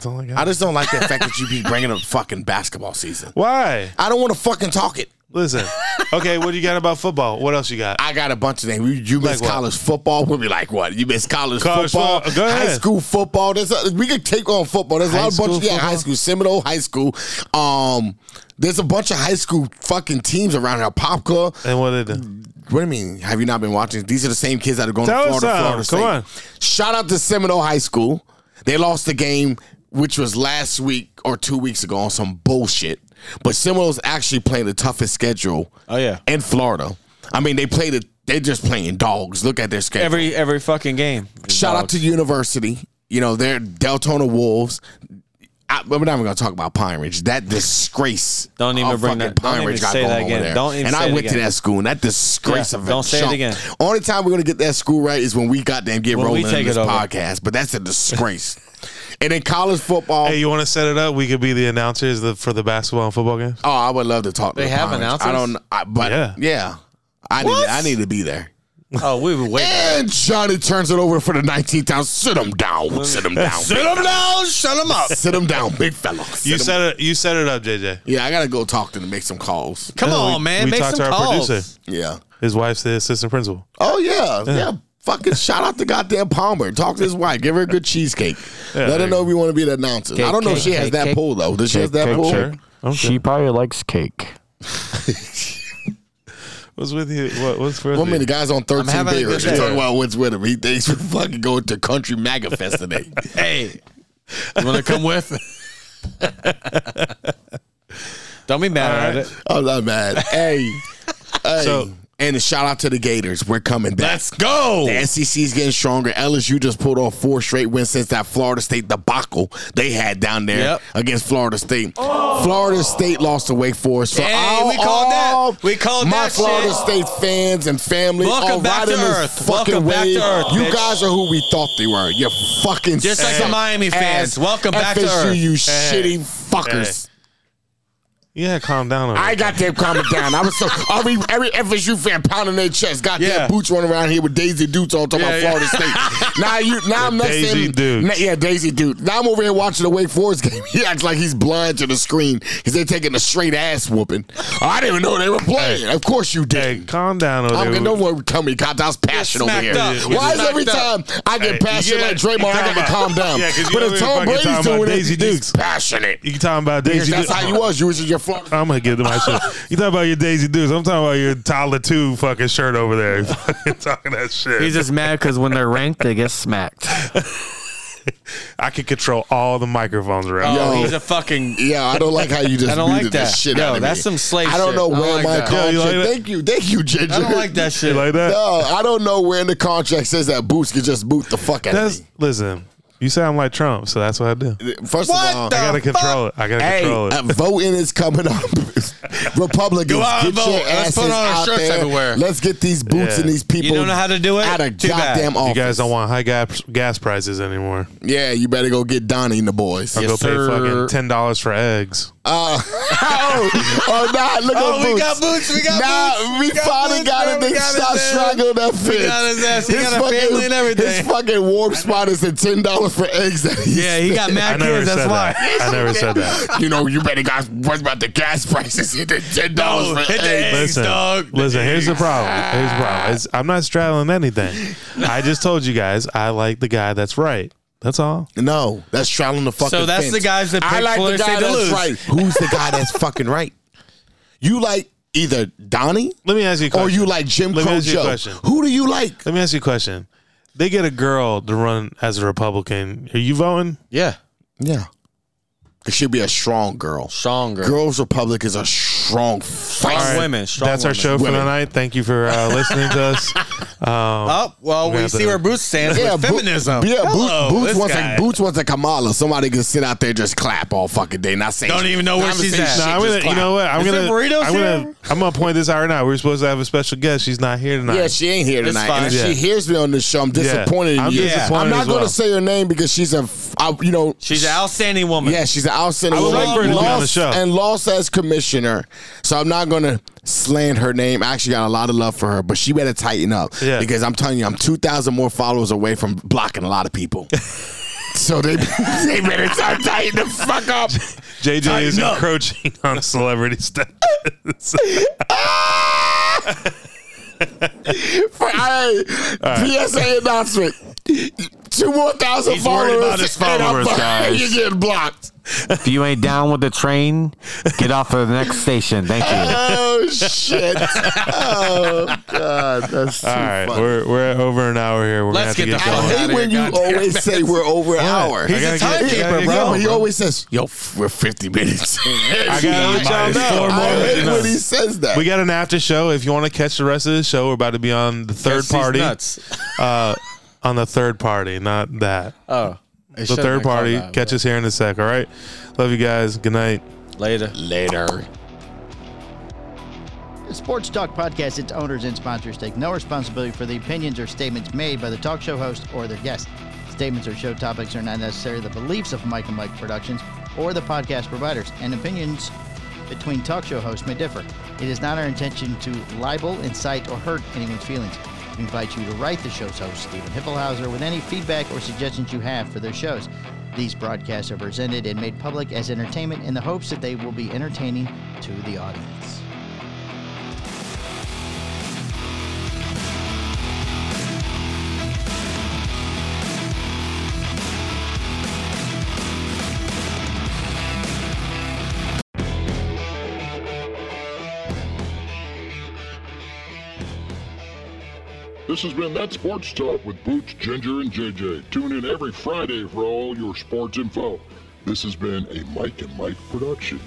A: all I got.
C: I just don't like the fact that you be bringing up fucking basketball season.
A: Why?
C: I don't want to fucking talk it.
A: Listen. Okay, what do you got about football? What else you got?
C: I got a bunch of things. You, you miss
A: Like what?
C: college football, we'll be like, what? You miss college,
A: College
C: football,
A: fo- go
C: high
A: ahead.
C: school football. There's a, we could take on football. There's a
A: High
C: lot of bunch.
A: school
C: Of, yeah, high
A: football?
C: school, Seminole High School. Um, there's a bunch of high school fucking teams around here. Pop Club.
A: And what did it?
C: What do you mean? Have you not been watching? These are the same kids that are going
A: Tell
C: to
A: us
C: Florida, Florida
A: something.
C: State.
A: Come on.
C: Shout out to Seminole High School. They lost the game, which was last week or two weeks ago on some bullshit. But Seminole's actually playing the toughest schedule
B: Oh yeah.
C: in Florida. I mean, they played it. They're just playing dogs. Look at their schedule.
B: Every every fucking game.
C: Shout out to University. You know, they're Deltona Wolves. I, we're not even going to talk about Pine Ridge. That disgrace.
B: Don't even
C: of
B: bring
C: fucking
B: that- don't even say that again. Don't even
C: and
B: say
C: I
B: it
C: went to
B: again.
C: that school, and that disgrace
B: Yeah,
C: of a
B: don't say it
C: chump.
B: again.
C: Only time we're going to get that school right is when we goddamn get
B: When we
C: rolling in
B: take
C: this
B: it over.
C: podcast. But that's a disgrace. and in college football,
A: Hey, you want to set it up? We could be the announcers the, for the basketball and football games.
C: oh, I would love to talk. to
B: They
C: the
B: have
C: Pine Ridge. I
B: announcers?
C: don't. I, but
A: Yeah.
C: yeah, I need. I need to be there.
B: Oh, we were waiting.
C: And Johnny turns it over for the 19th down. Sit him down. Sit him down. Sit him down. Shut him up. Sit him down, big fella. Sit
A: You
C: him-
A: set it. You set it up, JJ.
C: Yeah, I gotta go talk to him, make some calls.
B: Come
A: No, we-
B: on, man.
A: we
B: Make
A: talked
B: some
A: to our
B: calls.
A: producer.
C: Yeah.
A: His wife's the assistant principal.
C: Oh yeah. Yeah. Fucking shout out to goddamn Palmer. Talk to his wife. Give her a good cheesecake. Let her know we want to be the announcer. I don't know if she has that pool though. Does she have that pool?
A: Sure. Okay.
E: She probably likes cake.
A: What's with you? What, what's with
C: One
A: you?
C: minute, guys on 13
B: having a
C: beers.
B: good
C: They
B: day.
C: talking about what's with him. He thinks we're fucking going to Country MAGA Fest today.
B: Hey. You wanna come with? Don't be mad at it.
C: I'm not mad. Oh, Hey. hey.
A: So-
C: and a shout out to the Gators. We're coming back.
B: Let's go.
C: The SEC is getting stronger. LSU just pulled off four straight wins since that Florida State debacle they had down there
B: Yep.
C: against Florida State. Florida State lost to Wake Forest. So
B: Hey,
C: all-
B: we called that.
C: all
B: We called
C: my
B: that
C: Florida
B: shit.
C: State fans and family.
B: Welcome
C: all
B: back to
C: riding this
B: earth.
C: Fucking
B: Welcome back to
C: wave.
B: earth,
C: You
B: bitch.
C: guys are who we thought they were. You fucking
B: Just like the
C: suck
B: Miami
C: ass
B: fans. Welcome back to
C: FSU,
B: earth.
C: You
A: Hey.
C: shitty fuckers.
A: Yeah, calm down. Over
C: I
A: there.
C: got them calming down. I was so every every FSU fan pounding their chest. Goddamn
B: Yeah.
C: boots running around here with Daisy Dukes on talking
B: Yeah,
C: about
B: yeah.
C: Florida State. Now you now I'm next
A: Daisy
C: in,
A: Dukes.
C: na- yeah, Daisy Duke. Now I'm over here watching the Wake Forest game. He acts like he's blind to the screen because they're taking a straight ass whooping. Oh, I didn't even know they were playing. Of course you
A: Hey,
C: did.
A: calm down over
C: I'm
A: there.
C: gonna don't worry, tell me, God, that was passion over
B: smacked
C: here.
B: up. You
C: Why is
B: smacked
C: every time
B: up.
C: I get
A: Hey,
C: passionate
A: yeah,
C: like Draymond,
A: you
C: I gotta
A: talking
C: calm down?
A: Yeah, 'cause you
C: but
A: over here
C: if Tom
A: fucking
C: Brady's
A: talking about
C: doing it,
A: Daisy
C: he's
A: Dukes.
C: passionate.
A: You talking about Daisy
C: That's
A: Dukes?
C: how you was. You was in your Florida
A: I'm gonna give them my shit. You talking about your Daisy Dukes? I'm talking about your Tyler Two fucking shirt over there. Fucking talking that shit.
B: He's just mad because when they're ranked, they get smacked.
A: I can control all the microphones around.
C: Yo.
B: Oh, he's a fucking.
C: Yeah, I don't like how you just
B: I don't like
C: muted the
B: that.
C: shit
B: Yo,
C: out of
B: that's
C: me.
B: some slave
C: I don't
B: shit.
C: know
B: I don't
C: where
B: like
C: my
A: Yo,
B: that.
C: contract.
A: you like that?
C: thank you, thank you, Ginger.
B: I don't like that shit.
A: You like that?
C: No, I don't know where in the contract says that Boots can just boot the fuck out
A: That's
C: of
A: listen. You sound like Trump, so that's what I do.
C: me. First
B: What
C: of all,
B: the-
A: I gotta control it. I gotta
C: hey,
A: control it.
C: uh, voting is coming up. Republicans,
B: Go out
C: get
B: and vote.
C: your
B: Let's
C: asses
B: put on our
C: out
B: shirts
C: there.
B: everywhere.
C: Let's get these boots
A: Yeah.
C: and these people.
B: You don't know how to do it?
C: Out of
B: Too bad.
C: goddamn
A: you
C: office.
A: guys don't want high gas gas prices anymore.
C: Yeah, you better go get Donnie and the boys.
A: I'll
B: Yes,
A: go pay
B: sir.
A: fucking ten dollars for eggs.
C: Uh, oh, oh, nah, look
B: Oh,
C: at
B: we
C: Boots.
B: got Boots, we got
C: nah,
B: Boots,
C: we,
B: we got
C: finally
B: Boots,
C: got
B: bro,
C: it.
B: we
C: They
B: got his
C: stopped
B: ass.
C: strangling that fence.
B: got his ass. He got a family and everything.
C: His fucking warm spot is a ten dollar for eggs. That he's
B: Yeah, he got
A: I
B: mad
A: never
B: kids.
A: said
B: That's why.
A: that. I never said that.
C: You know, you better guys worry about the gas prices. Hit the ten dollars
B: No,
C: for
B: hit the
C: eggs.
B: eggs.
A: Listen,
B: dog.
A: listen. Here's the problem. Here's the problem. It's, I'm not straddling anything. I just told you guys I like the guy that's right. That's all.
C: No, that's straddling the fucking.
B: So that's
C: fence.
B: the guys that
C: I
B: pick
C: like the
B: Florida
C: guy
B: State to
C: that's
B: lose.
C: right. Who's the guy that's fucking right? You like either Donnie
A: Let me ask you a question.
C: or you like Jim
A: Let me
C: Crow
A: ask you a
C: Joe?
A: question.
C: Who do you like?
A: Let me ask you a question. They get a girl to run as a Republican. Are you voting?
B: Yeah.
C: Yeah, it should be a strong girl.
B: Stronger.
C: Girls Republicans are strong.
B: Strong
C: Fight.
B: women. Strong
A: That's our
B: women.
A: show for
C: Women.
A: tonight. Thank you for uh, listening to us.
B: Oh, well,
A: We
B: we
A: have
B: see
A: to-
B: where Boots stands with
C: Bo-
B: feminism.
C: yeah,
B: Hello,
C: Boots, Boots
B: this
C: wants
B: guy.
C: a Boots wants a Kamala. Somebody can sit out there and just clap all fucking day, not say.
B: Don't even know where
C: not
B: she's
C: say
B: at.
C: shit,
A: No, I'm
C: just
A: gonna, you
C: clap.
A: know what? I'm
B: Is there
A: gonna,
B: burritos
A: I'm
B: here?
A: gonna, I'm gonna point this out right now. We We're supposed to have a special guest. She's not here tonight.
C: Yeah, she ain't here
B: It's
C: tonight. And if
A: fine.
C: she
A: Yeah.
C: hears me on this show, I'm disappointed in
A: I'm
C: you.
A: disappointed
C: I'm not
A: as
C: going
A: well.
C: to say her name because she's a, f- I- you know,
B: She's an outstanding woman.
C: yeah, she's an outstanding
A: I would
C: woman.
A: like for her to be on the
C: Lost-
A: show.
C: and lost as commissioner. So I'm not going to slant her name. I actually got a lot of love for her, but she better tighten up
A: Yeah.
C: because I'm telling you, I'm 2,000 more followers away from blocking a lot of people. so they they better start tighten the fuck up.
A: JJ is
C: Tighten up.
A: encroaching on celebrity status.
C: For, hey, PSA announcement. Two more thousand
A: He's
C: followers.
A: worried about his
C: and I'm
A: followers,
C: fucking-
A: guys.
C: You're getting blocked.
E: If you ain't down with the train, get off of the next station. Thank you.
C: Oh shit! Oh god, that's too
A: All right,
C: funny.
A: we're we're at over an hour here. We're
B: Let's
A: gonna
B: get
A: have
B: the
A: to
B: fuck
A: get going.
B: out of
C: Hey,
B: here,
C: when you
B: goddamn.
C: always say we're over an hour.
B: He's a
A: I gotta get-
B: timekeeper,
A: I gotta
B: bro.
C: No,
A: get
C: he
A: going,
C: always says, "Yo, f- we're fifty minutes." I
A: gotta get y'all know. Four more
C: hate
A: minutes.
C: when he says that.
A: We got an after show. If you want to catch the rest of the show, we're about to be on the third
B: Yes, he's
A: party.
B: nuts.
A: Uh, on the third party, not that.
B: Oh.
A: the third party. Catch us here in a sec. All right. Love you guys. Good night.
B: Later.
C: Later.
F: The Sports Talk Podcast, its owners and sponsors take no responsibility for the opinions or statements made by the talk show host or their guests. Statements or show topics are not necessarily the beliefs of Mike and Mike Productions or the podcast providers, and opinions between talk show hosts may differ. It is not our intention to libel, incite, or hurt anyone's feelings. We invite you to write the show's host, Stephen Hippelhauser, with any feedback or suggestions you have for their shows. These broadcasts are presented and made public as entertainment in the hopes that they will be entertaining to the audience.
G: This has been That Sports Talk with Boots, Ginger, and JJ. Tune in every Friday for all your sports info. This has been a Mike and Mike production.